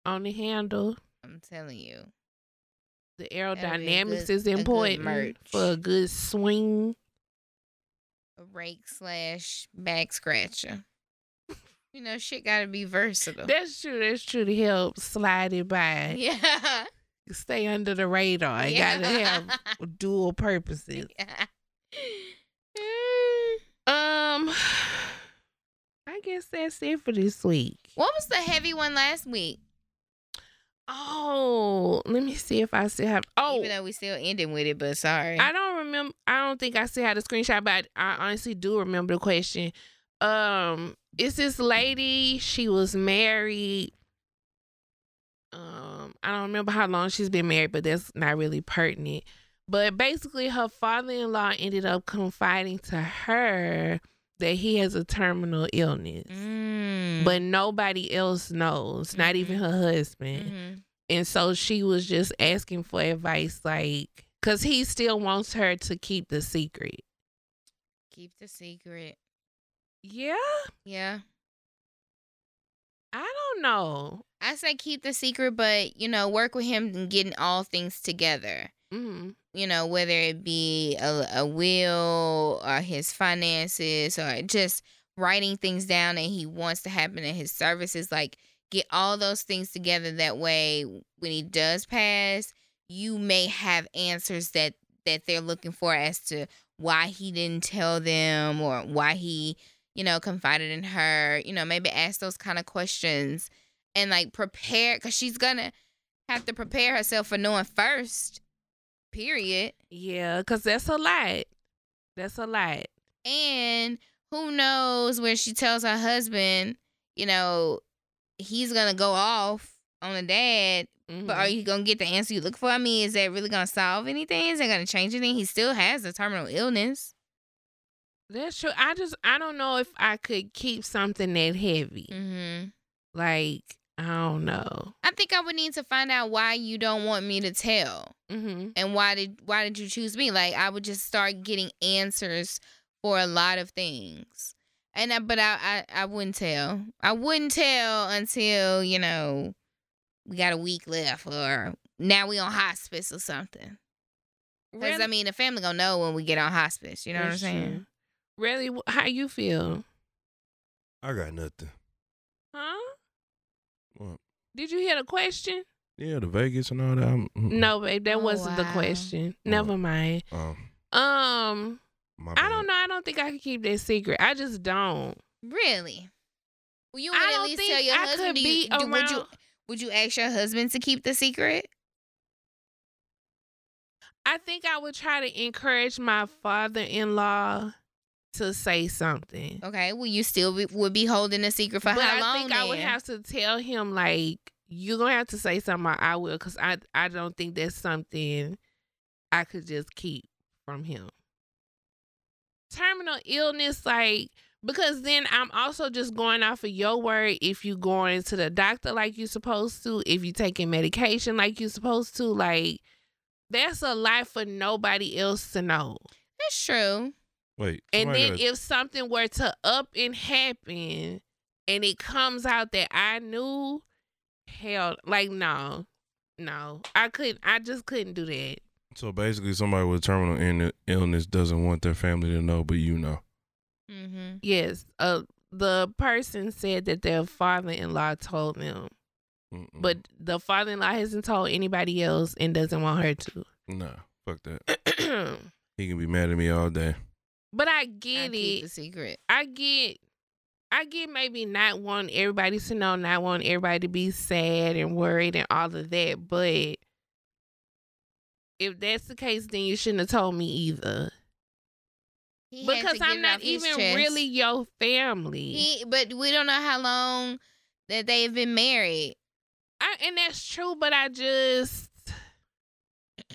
S1: on the handle.
S4: I'm telling you.
S1: The
S4: That'll be a
S1: aerodynamics
S4: good-
S1: is
S4: a good
S1: important
S4: merch.
S1: for a good swing.
S4: a rake slash back scratcher. you know, shit gotta be versatile.
S1: That's true. That's true to help slide it by.
S4: yeah.
S1: Stay under the radar. I gotta have dual purposes.
S4: Yeah. Mm.
S1: Um, I guess that's it for this week.
S4: What was the heavy one last week?
S1: Oh, let me see if I still have. Oh,
S4: Even though we still ending with it, but sorry.
S1: I don't remember. I don't think I still had a screenshot, but I honestly do remember the question. Um, it's this lady. She was married. Um, I don't remember how long she's been married, but that's not really pertinent. But basically, her father-in-law ended up confiding to her that he has a terminal illness,
S4: Mm.
S1: but nobody else knows, not even her husband.
S4: Mhm.
S1: And so she was just asking for advice, like, because he still wants her to keep the secret.
S4: keep the secret.
S1: Yeah.
S4: Yeah.
S1: I don't know.
S4: I say keep the secret, but you know, work with him and getting all things together.
S1: Mm.
S4: you know, whether it be a, a will or his finances or just writing things down that he wants to happen in his services, like get all those things together. That way, when he does pass, you may have answers that that they're looking for as to why he didn't tell them or why he, you know, confided in her. You know, maybe ask those kind of questions and like prepare because she's gonna have to prepare herself for knowing first. Period.
S1: Yeah, because that's a lot. That's a lot.
S4: And who knows where she tells her husband, you know, he's gonna go off on the dad,
S1: Mhm.
S4: but are you gonna get the answer you look for? I mean, is that really gonna solve anything? Is that gonna change anything? He still has a terminal illness.
S1: that's true. I just, I don't know if I could keep something that heavy.
S4: Mm-hmm.
S1: Like, I don't know.
S4: I think I would need to find out why you don't want me to tell,
S1: Mm-hmm.
S4: and why did why did you choose me? Like I would just start getting answers for a lot of things, and I, but I, I I wouldn't tell. I wouldn't tell until you know we got a week left or now we on hospice or something. Because I mean, the family gonna know when we get on hospice. You know what I'm saying?
S1: Really, wh- how you feel?
S6: I got nothing.
S1: Huh?
S6: What?
S1: Did you hear the question?
S6: Yeah, the Vegas and all that. I'm, mm,
S1: No, babe, that
S4: Oh,
S1: wasn't the
S4: wow.
S1: question. Never mind.
S6: Um,
S1: Um,
S6: my
S1: I
S6: bad.
S1: don't know. I don't think I can keep that secret. I just don't.
S4: Really? Well, you
S1: I
S4: would at
S1: don't
S4: least
S1: think
S4: tell your
S1: I
S4: husband.
S1: could
S4: do you,
S1: be
S4: do- would you
S1: around-
S4: would you ask your husband to keep the secret?
S1: I think I would try to encourage my father-in-law to say something.
S4: Okay. Well, you still be, would be holding the secret for
S1: but
S4: how
S1: I
S4: long?
S1: think I would
S4: then?
S1: have to tell him like you're gonna have to say something. Or I will, because I I don't think that's something I could just keep from him. Terminal illness, like because then I'm also just going off of your word. If you going to the doctor like you supposed to, if you taking medication like you supposed to, like that's a lot for nobody else to know.
S4: That's true.
S6: Wait.
S1: And
S6: somebody
S1: then
S6: gotta-
S1: if something were to up and happen and it comes out that I knew, hell, like no. No. I couldn't I just couldn't do that.
S6: so basically, somebody with terminal in- illness doesn't want their family to know, but you know.
S4: Mm-hmm.
S1: Yes. Uh the person said that their father in law told them.
S6: Mm-mm.
S1: But the father in law hasn't told anybody else and doesn't want her
S6: nah, fuck that.
S1: to.
S6: He can be mad at me all day.
S1: but I
S4: I
S1: get
S4: keep
S1: it.
S4: the secret.
S1: I get I get maybe not wanting everybody to know, not wanting everybody to be sad and worried and all of that, but if that's the case, then you shouldn't have told me either.
S4: He had to
S1: because
S4: get it
S1: I'm not
S4: off his
S1: even
S4: chest.
S1: really your family.
S4: He, but we don't know how long that they've been married.
S1: I, and that's true, but I just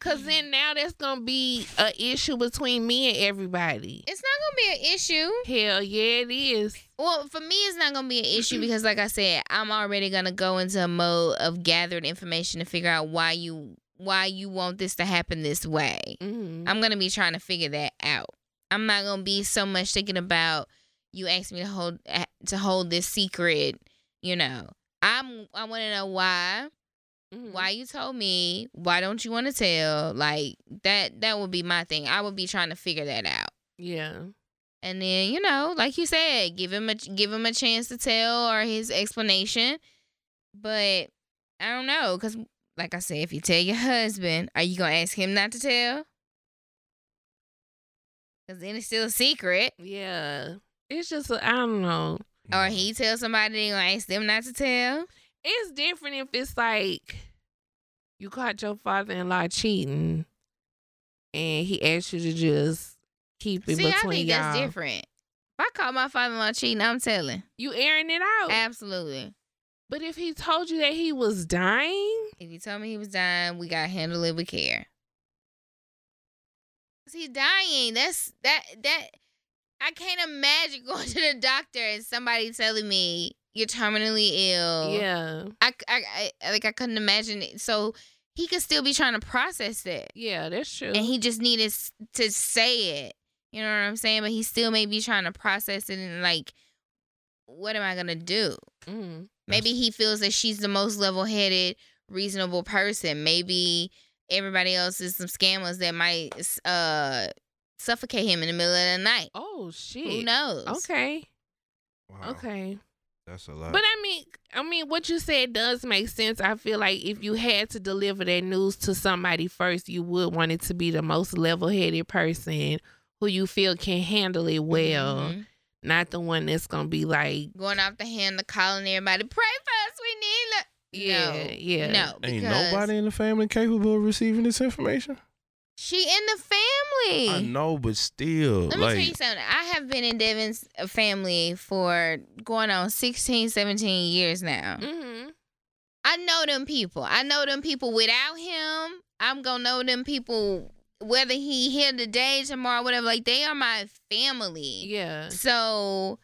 S1: cause then now that's gonna be a issue between me and everybody.
S4: It's not gonna be an issue.
S1: Hell yeah, it is.
S4: Well, for me, it's not gonna be an issue because, like I said, I'm already gonna go into a mode of gathering information to figure out why you why you want this to happen this way.
S1: Mhm.
S4: I'm gonna be trying to figure that out. I'm not gonna be so much thinking about you asked me to hold eh, to hold this secret. You know, I'm I want to know why
S1: Mhm.
S4: why you told me. Why don't you want to tell? Like that that would be my thing. I would be trying to figure that out.
S1: mm-hmm. Yeah.
S4: And then you know, like you said, give him a give him a chance to tell or his explanation. But I don't know, cause like I said, if you tell your husband, are you gonna ask him not to tell? Cause then it's still a secret.
S1: Yeah. It's just I don't know.
S4: Or he
S1: Mm-hmm.
S4: tells somebody, they gonna ask them not to tell.
S1: It's different if it's like you caught your father in law cheating and he asked you to just keep it
S4: See,
S1: between
S4: I think
S1: y'all.
S4: that's different. If I call my father-in-law cheating, I'm telling.
S1: You airing it out.
S4: Absolutely.
S1: but if he told you that he was dying,
S4: If you told me he was dying, we gotta handle it with care. Cause he's dying. That's that that I can't imagine going to the doctor and somebody telling me you're terminally ill.
S1: yeah.
S4: I, I, I like I couldn't imagine it. So he could still be trying to process that.
S1: Yeah, that's true.
S4: And he just needed s- to say it. You know what I'm saying? But he still may be trying to process it and like, what am I gonna do?
S1: Mhm.
S4: Maybe he feels that she's the most level headed, reasonable person. Maybe everybody else is some scammers that might uh suffocate him in the middle of the night.
S1: Oh
S4: Who
S1: shit.
S4: knows?
S1: Okay.
S6: Wow,
S1: Okay.
S6: That's a lot.
S1: But I mean, I mean, what you said does make sense. I feel like if you had to deliver that news to somebody first, you would want it to be the most level-headed person who you feel can handle it well,
S4: Mhm.
S1: not the one that's gonna be like,
S4: going off the handle, calling everybody, pray for us. We need. Lo-.
S1: yeah,
S4: no,
S1: yeah,
S4: no.
S6: Ain't
S4: because
S6: nobody in the family capable of receiving this information.
S4: She in the family.
S6: I know, but still,
S4: Let me
S6: like,
S4: tell you something. I have been in Devin's uh, family for going on 16, 17 years now.
S1: Mm-hmm.
S4: I know them people. I know them people without him. I'm gonna know them people whether he here today, tomorrow, whatever. Like they are my family.
S1: Yeah.
S4: So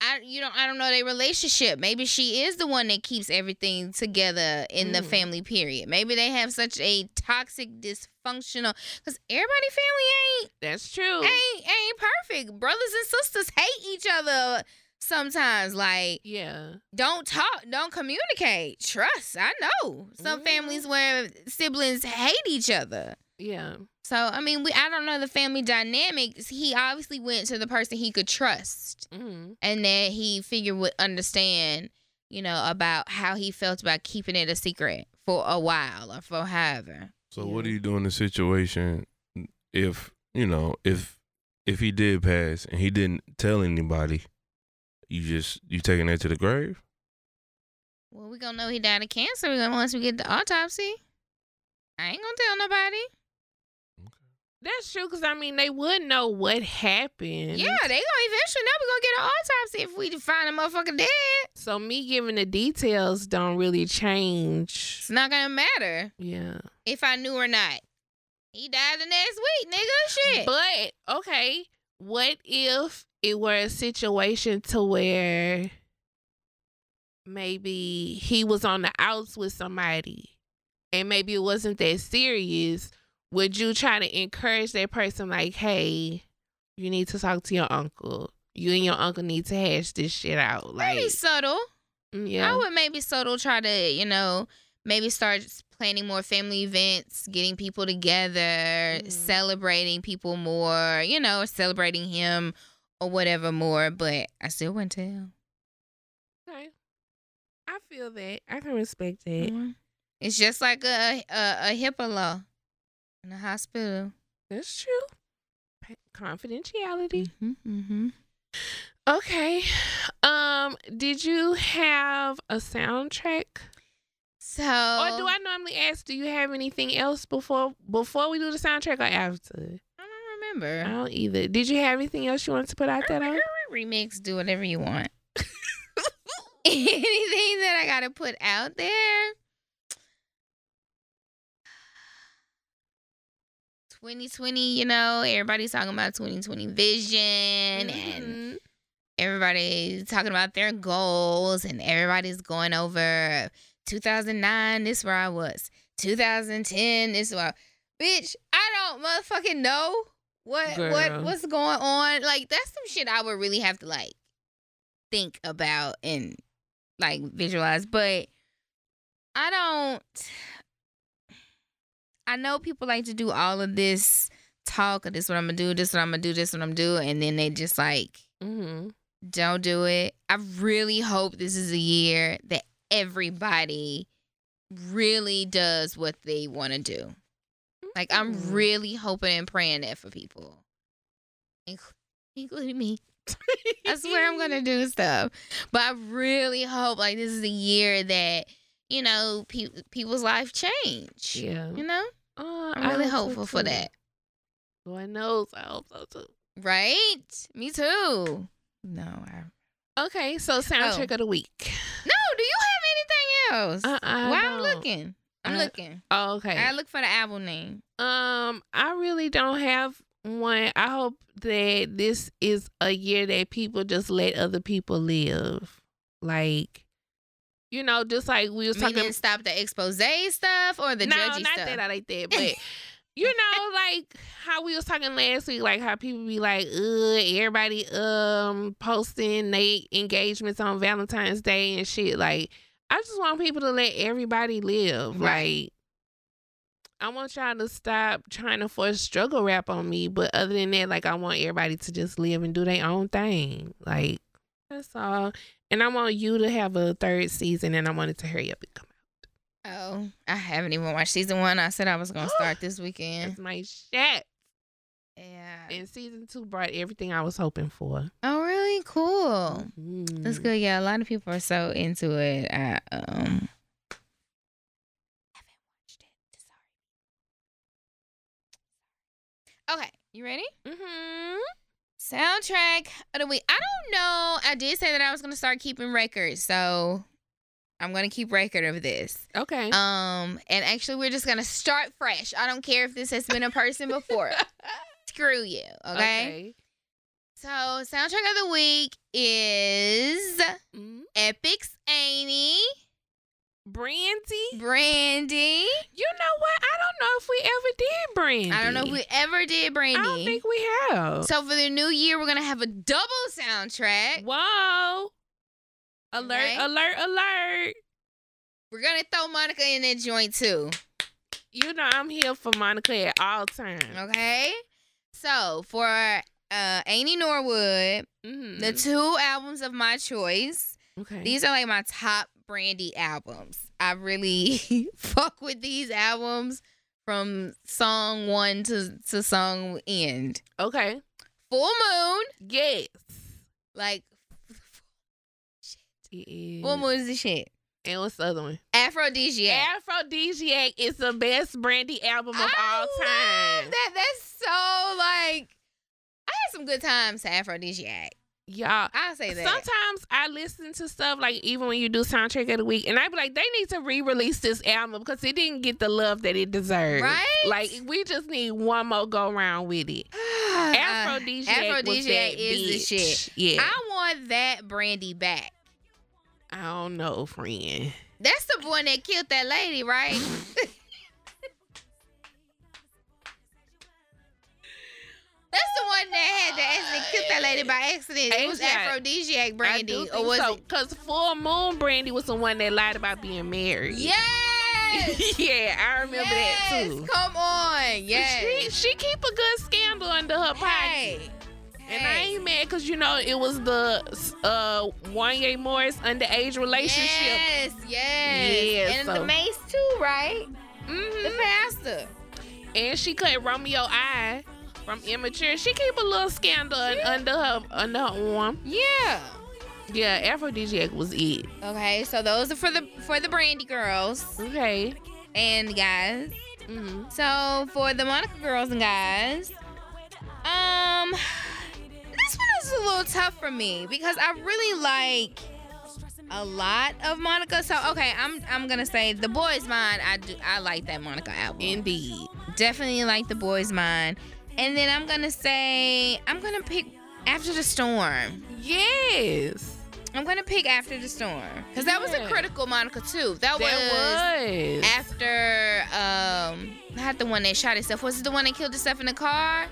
S4: I you don't I don't know their relationship. Maybe she is the one that keeps everything together in the
S1: Mm.
S4: family period. Maybe they have such a toxic, dysfunctional because everybody family ain't
S1: That's true.
S4: ain't ain't perfect. Brothers and sisters hate each other sometimes. Like
S1: Yeah.
S4: don't talk, don't communicate. Trust. I know some
S1: Mhm.
S4: families where siblings hate each other.
S1: Yeah.
S4: So I mean, we I don't know the family dynamics. He obviously went to the person he could trust,
S1: Mm-hmm.
S4: and that he figured would understand, you know, about how he felt about keeping it a secret for a while or for however.
S6: so what do
S1: Yeah.
S6: you do in the situation if you know if if he did pass and he didn't tell anybody? You just you taking that to the grave?
S4: Well, we gonna know he died of cancer. We gonna once we get the autopsy. I ain't gonna tell nobody.
S1: That's true. Cause I mean, they would know what happened.
S4: Yeah, they gonna eventually know we gonna get an autopsy if we find a motherfucker dead.
S1: So me giving the details don't really change.
S4: It's not gonna matter.
S1: Yeah.
S4: if I knew or not. He died the next week, nigga. Shit.
S1: But okay, what if it were a situation to where maybe he was on the outs with somebody and maybe it wasn't that serious? Would you try to encourage that person like, hey, You need to talk to your uncle. You and your uncle need to hash this shit out. Like,
S4: Maybe subtle.
S1: mm, yeah,
S4: I would maybe subtle try to, you know, maybe start planning more family events, getting people together,
S1: Mm-hmm.
S4: celebrating people more, you know, celebrating him or whatever more. But I still wouldn't tell.
S1: okay. I feel that. I can respect that.
S4: Mhm. It's just like a, a a HIPAA law in the hospital.
S1: That's true. Pa- Confidentiality.
S4: Mm-hmm, mm-hmm.
S1: Okay. Um, did you have a soundtrack?
S4: So
S1: Or
S4: Um,
S1: do I normally ask, do you have anything else before before we do the soundtrack or after?
S4: I
S1: I
S4: don't remember.
S1: don't either. Did you have anything else you wanted to put out there? though?
S4: Remix, do whatever you want. Anything that I gotta put out there. 2020, you know, everybody's talking about 2020 vision and
S1: Mhm.
S4: everybody's talking about their goals and everybody's going over 2009 this where i was 2010 this where I, bitch i don't motherfucking know what
S1: Girl.
S4: what what's going on like that's some shit i would really have to like think about and like visualize but i don't i know people like to do all of this talk this what i'm gonna do this what i'm gonna do this what i'm gonna do and then they just like
S1: Mhm.
S4: don't do it. I really hope this is a year that everybody really does what they want to do. Like I'm
S1: Mhm.
S4: really hoping and praying that for people, Inclu- including me. I swear I'm gonna do stuff, but I really hope like this is a year that you know pe- people's life change.
S1: Yeah.
S4: You know,
S1: Uh,
S4: I'm
S1: I
S4: really
S1: hope so,
S4: hopeful for
S1: too.
S4: that.
S1: Lord knows I hope so too.
S4: Right? Me too. No, I
S1: Okay,
S4: Oh.
S1: so soundtrack of the week.
S4: No, do you have anything else?
S1: Uh-uh, I
S4: Why
S1: don't.
S4: I'm looking. I'm
S1: I-
S4: looking.
S1: Oh, okay.
S4: I look for the album name.
S1: Um, I really don't have one. I hope that this is a year that people just let other people live. Like, you know, just like we was
S4: You
S1: talking
S4: didn't stop the expose stuff or the
S1: no,
S4: judgy
S1: not
S4: stuff.
S1: that I like that, but you know, like how we was talking last week, like how people be like, "Ugh, everybody um posting they engagements on Valentine's Day and shit." Like, I just want people to let everybody live.
S4: Right.
S1: Like, I want y'all to stop trying to force struggle rap on me. But other than that, like, I want everybody to just live and do their own thing. Like, that's all. And I want you to have a third season, and I want it to hurry up and come out.
S4: oh, I haven't even watched season one. I said I was gonna start this weekend.
S1: That's my shit.
S4: Yeah.
S1: And season two brought everything I was hoping for.
S4: Oh, really? Cool. That's
S1: Mhm.
S4: good. Yeah, a lot of people are so into it. I um. haven't watched it. Sorry. Okay, you ready?
S1: Mhm.
S4: Soundtrack of the week. I don't know. I did say that I was gonna start keeping records, so I'm gonna keep record of this.
S1: Okay.
S4: Um, and actually, we're just gonna start fresh. I don't care if this has been a person before. Screw you. Okay? So soundtrack of the week is Mm-hmm.
S1: Mhm.
S4: Epic's Amy
S1: Brandy.
S4: Brandy.
S1: You know what? I don't know if we ever did Brandy.
S4: I don't know if we ever did Brandy.
S1: I don't think we have.
S4: so for the new year, we're gonna have a double soundtrack.
S1: Whoa. Alert,
S4: Right?
S1: alert, alert.
S4: We're gonna throw Monica in that joint too.
S1: You know I'm here for Monica at all times.
S4: Okay. So for uh Amy Norwood,
S1: Mhm.
S4: the two albums of my choice,
S1: okay.
S4: these are like my top Brandy albums. I really fuck with these albums from song one to, to song end.
S1: okay.
S4: Full Moon,
S1: Yes.
S4: like
S1: It is.
S4: Full Moon is the shit.
S1: And what's the other one?
S4: Aphrodisiac.
S1: Aphrodisiac is the best Brandy album of
S4: I
S1: all
S4: love
S1: time.
S4: That that's so like I had some good times to Aphrodisiac.
S1: Y'all,
S4: I'll say that.
S1: Sometimes I listen to stuff like even when you do soundtrack of the week, and I be like, they need to re-release this album because it didn't get the love that it deserved.
S4: Right?
S1: Like we just need one more go round with it. Aphrodisiac, was
S4: Uh, Aphrodisiac
S1: that
S4: is the
S1: bitch.
S4: shit.
S1: Yeah,
S4: I want that Brandy back.
S1: I, don't know, friend.
S4: That's the one that killed that lady, right? That's the one had to accident killed that lady by accident. It was
S1: Exact.
S4: aphrodisiac
S1: I do
S4: brandy,
S1: think
S4: or was
S1: so,
S4: it?
S1: Cause Full Moon Brandy was the one that lied about being married.
S4: Yes.
S1: yeah, I remember that
S4: yes.
S1: too.
S4: Come on.
S1: She,
S4: Yes.
S1: she keep a good scandal under her pocket.
S4: Hey.
S1: And I ain't mad because you know it was the uh Wanye Morris underage relationship.
S4: Yes. Yes.
S1: Yeah,
S4: and
S1: so-
S4: the mace too, right? The
S1: Mhm.
S4: pastor.
S1: And she cut Romeo I from immature. She keep a little scandal un- under her under her arm.
S4: Yeah.
S1: Yeah, aphrodisiac was it.
S4: Okay, so those are for the for the brandy girls
S1: Okay.
S4: and guys.
S1: Mhm.
S4: So for the Monica girls and guys, um, this one is a little tough for me because I really like a lot of Monica. So okay, I'm I'm gonna say the boys mine. I do I like that Monica album.
S1: Indeed.
S4: Definitely like the boys mine. And then I'm gonna say I'm gonna pick after the storm.
S1: Yes.
S4: I'm gonna pick after the storm because that was
S1: Yeah.
S4: a critical Monica too. That,
S1: That was.
S4: after um not the one that shot itself was it the one that killed itself in the car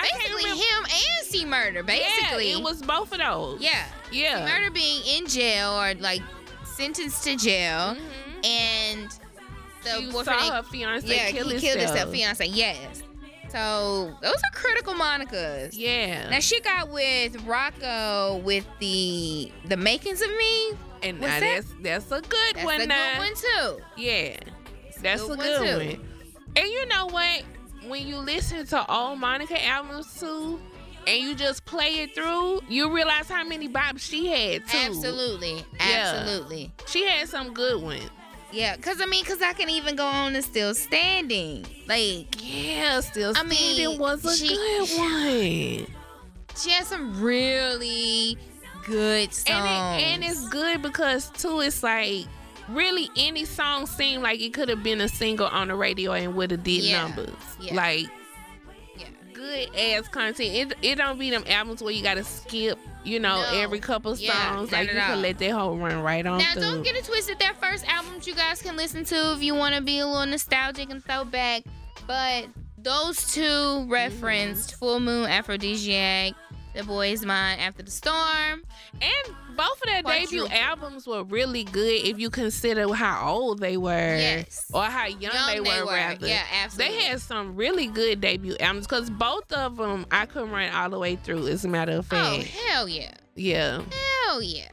S1: I can't
S4: basically
S1: remember.
S4: him and c murder basically
S1: Yeah, it was both of those.
S4: yeah
S1: Yeah.
S4: murder being in jail or like sentenced to jail
S1: Mhm.
S4: and the
S1: you
S4: boyfriend
S1: saw
S4: that-
S1: her fiance
S4: yeah
S1: kill
S4: he
S1: himself.
S4: killed himself fiance yes so those are critical monicas
S1: Yeah.
S4: now she got with rocco with the the makings of me
S1: and
S4: what's
S1: now
S4: that?
S1: that's that's a good
S4: that's
S1: one
S4: a
S1: now.
S4: good one too
S1: Yeah. That's
S4: good
S1: a
S4: one,
S1: good one,
S4: too.
S1: And you know what? When you listen to all Monica albums too, and you just play it through, you realize how many bops she had too.
S4: absolutely
S1: Yeah.
S4: absolutely
S1: She had some good ones.
S4: Yeah, cause I mean, cause I can even go on and still standing. Like
S1: Yeah, still
S4: I
S1: standing
S4: mean,
S1: was a
S4: she-
S1: good one.
S4: she has some really good songs.
S1: and it, and it's good because too it's like really any song seemed like it could have been a single on the radio and would have did
S4: Yeah,
S1: numbers
S4: yeah.
S1: like
S4: Yeah.
S1: good ass content it, it don't be them albums where you gotta skip you know
S4: No.
S1: every couple songs
S4: Yeah, not
S1: like
S4: at
S1: you can
S4: all.
S1: let that whole run right on
S4: now
S1: through
S4: don't get it twisted. Their first albums you guys can listen to if you want to be a little nostalgic and throwback. But those two referenced Full Moon Aphrodisiac, The Boy's Mind After the Storm.
S1: and both of their debut
S4: Quadruple.
S1: albums were really good if you consider how old they were
S4: Yes.
S1: or how young,
S4: Young
S1: they, were, rather
S4: Yeah,
S1: They
S4: absolutely.
S1: had some really good debut albums because both of them I could run all the way through. As a matter of
S4: Oh
S1: fact,
S4: hell yeah,
S1: yeah.
S4: hell yeah.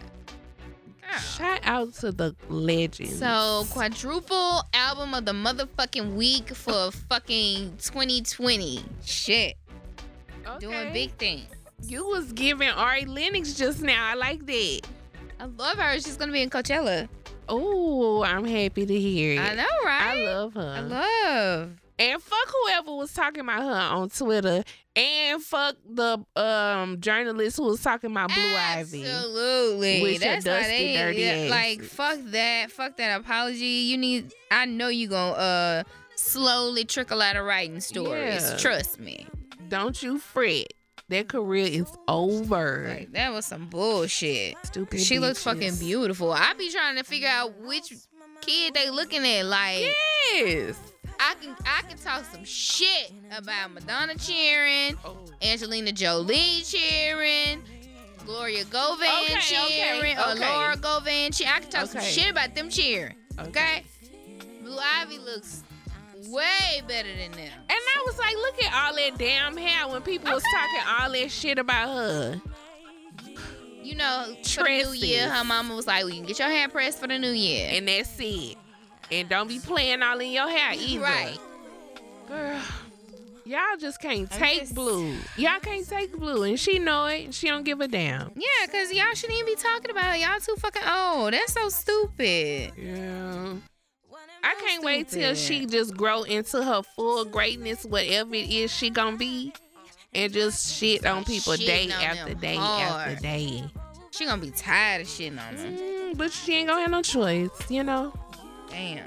S4: Girl.
S1: Shout out to the legends.
S4: So quadruple album of the motherfucking week for fucking 2020. Shit,
S1: Okay.
S4: doing big things.
S1: You was giving Ari Lennox just now. I like that.
S4: I love her. She's gonna be in Coachella.
S1: Oh, I'm happy to hear it.
S4: I know, right?
S1: I love her.
S4: I love.
S1: and fuck whoever was talking about her on Twitter. And fuck the um journalist who was talking about Blue Ivy.
S4: Absolutely.
S1: With your
S4: That's why
S1: dusty,
S4: they
S1: dirty
S4: yeah,
S1: asses.
S4: like fuck that. Fuck that apology. You need. I know you gonna uh slowly trickle out of writing stories.
S1: Yeah.
S4: Trust me.
S1: Don't you fret. Their career is over.
S4: Like that was some bullshit.
S1: Stupid.
S4: She looks fucking
S1: bitches.
S4: beautiful. I be trying to figure out which kid they looking at. Like
S1: Yes.
S4: I can I can talk some shit about Madonna cheering, Angelina Jolie cheering, Gloria Govan
S1: Okay, okay,
S4: cheering, or
S1: okay.
S4: Laura Govan cheering. I can talk some
S1: Okay.
S4: shit about them cheering. Okay. Blue Ivy looks way better than them.
S1: And I was like, look at all that damn hair when people was talking all that shit about her.
S4: You know, for the new
S1: Tresses.
S4: year, her mama was like, "Well, you can get your hair pressed for the new year."
S1: And that's it. And don't be playing all in your hair either.
S4: right.
S1: Girl. Y'all just can't
S4: I'm
S1: take
S4: just-
S1: blue. Y'all can't take blue. And she know it. And she don't give a damn.
S4: Yeah, cause y'all shouldn't even be talking about it. Y'all too fucking old. That's so stupid.
S1: Yeah. I can't wait till she just grow into her full greatness, whatever it is she gonna be. And just shit on people
S4: Shitting
S1: day
S4: on
S1: after
S4: them
S1: day
S4: hard.
S1: after day.
S4: She gonna be tired of shitting on them.
S1: Mm, but she ain't gonna have no choice, you know?
S4: Damn.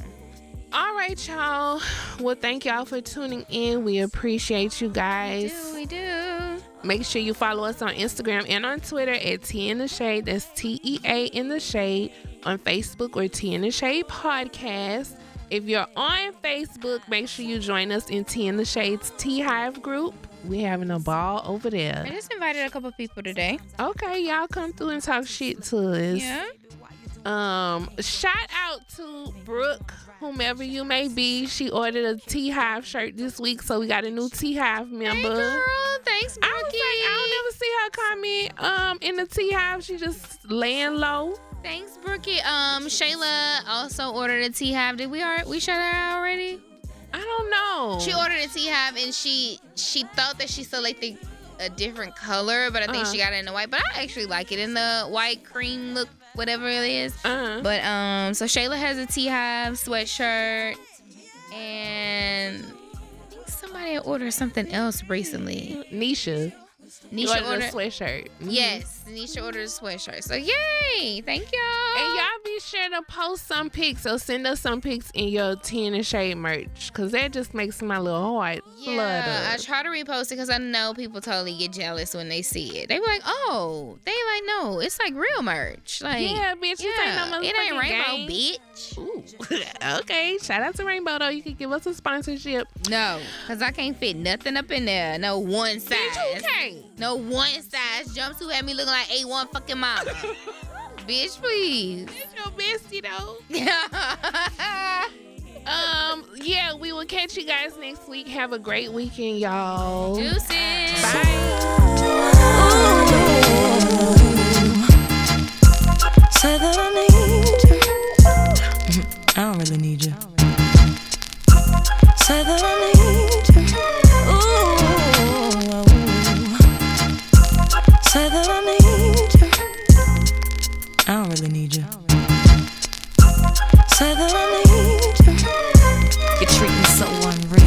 S1: All right, y'all. Well, thank y'all for tuning in. We appreciate you guys.
S4: Do we do?
S1: Make sure you follow us on Instagram and on Twitter at T in the Shade. That's T E A in the Shade. On Facebook or T in the Shade Podcast. If you're on Facebook, make sure you join us in Tea in the Shades Tea Hive group. We're having a ball over
S4: I
S1: there.
S4: just invited a couple people today.
S1: Okay, y'all come through and talk shit to us.
S4: Yeah.
S1: Um, shout out to Brooke, whomever you may be. She ordered a Tea Hive shirt this week, so we got a new Tea Hive member.
S4: Hey, girl. Thanks, Brookie.
S1: I was like, I don't ever see her comment um in the tea hive. She just laying low.
S4: Thanks, Brookie. Um, Shayla also ordered a tea hive. Did we are we shut her out already?
S1: I don't know.
S4: She ordered a tea hive and she she thought that she selected a different color, but I think
S1: Uh-huh.
S4: she got it in the white. But I actually like it in the white cream look, whatever it is.
S1: Uh,
S4: But um, so Shayla has a T Hive sweatshirt, and I think somebody had ordered something else recently.
S1: Nisha, you
S4: Nisha
S1: ordered a
S4: ordered,
S1: sweatshirt. Mhm.
S4: yes, Nisha ordered a sweatshirt. So yay! Thank y'all.
S1: And y'all be sure to post some pics or send us some pics in your tin and shade merch, cause that just makes my little heart
S4: Yeah, I
S1: flutter.
S4: try to repost it because I know people totally get jealous when they see it. They be like, "Oh, they like no, it's like real merch." Like,
S1: yeah, bitch, you
S4: yeah,
S1: ain't no
S4: it ain't
S1: motherfucking
S4: rainbow,
S1: game.
S4: bitch.
S1: Ooh. okay, shout out to Rainbow though. You can give us a sponsorship.
S4: No, because I can't fit nothing up in there. No one size.
S1: Bitch, you can't.
S4: No one size jumpsuit had me looking like a one fucking mama. Bitch, please.
S1: It's your bestie though.
S4: Do
S1: Um, yeah, we will catch you guys next week. Have a great weekend, y'all.
S4: Deuces.
S7: Say that I need you. Mm, I don't really need you. Say that I need you. Ooh. Say that I need you. I don't really need you. Say that I need you. You treat me so unreal.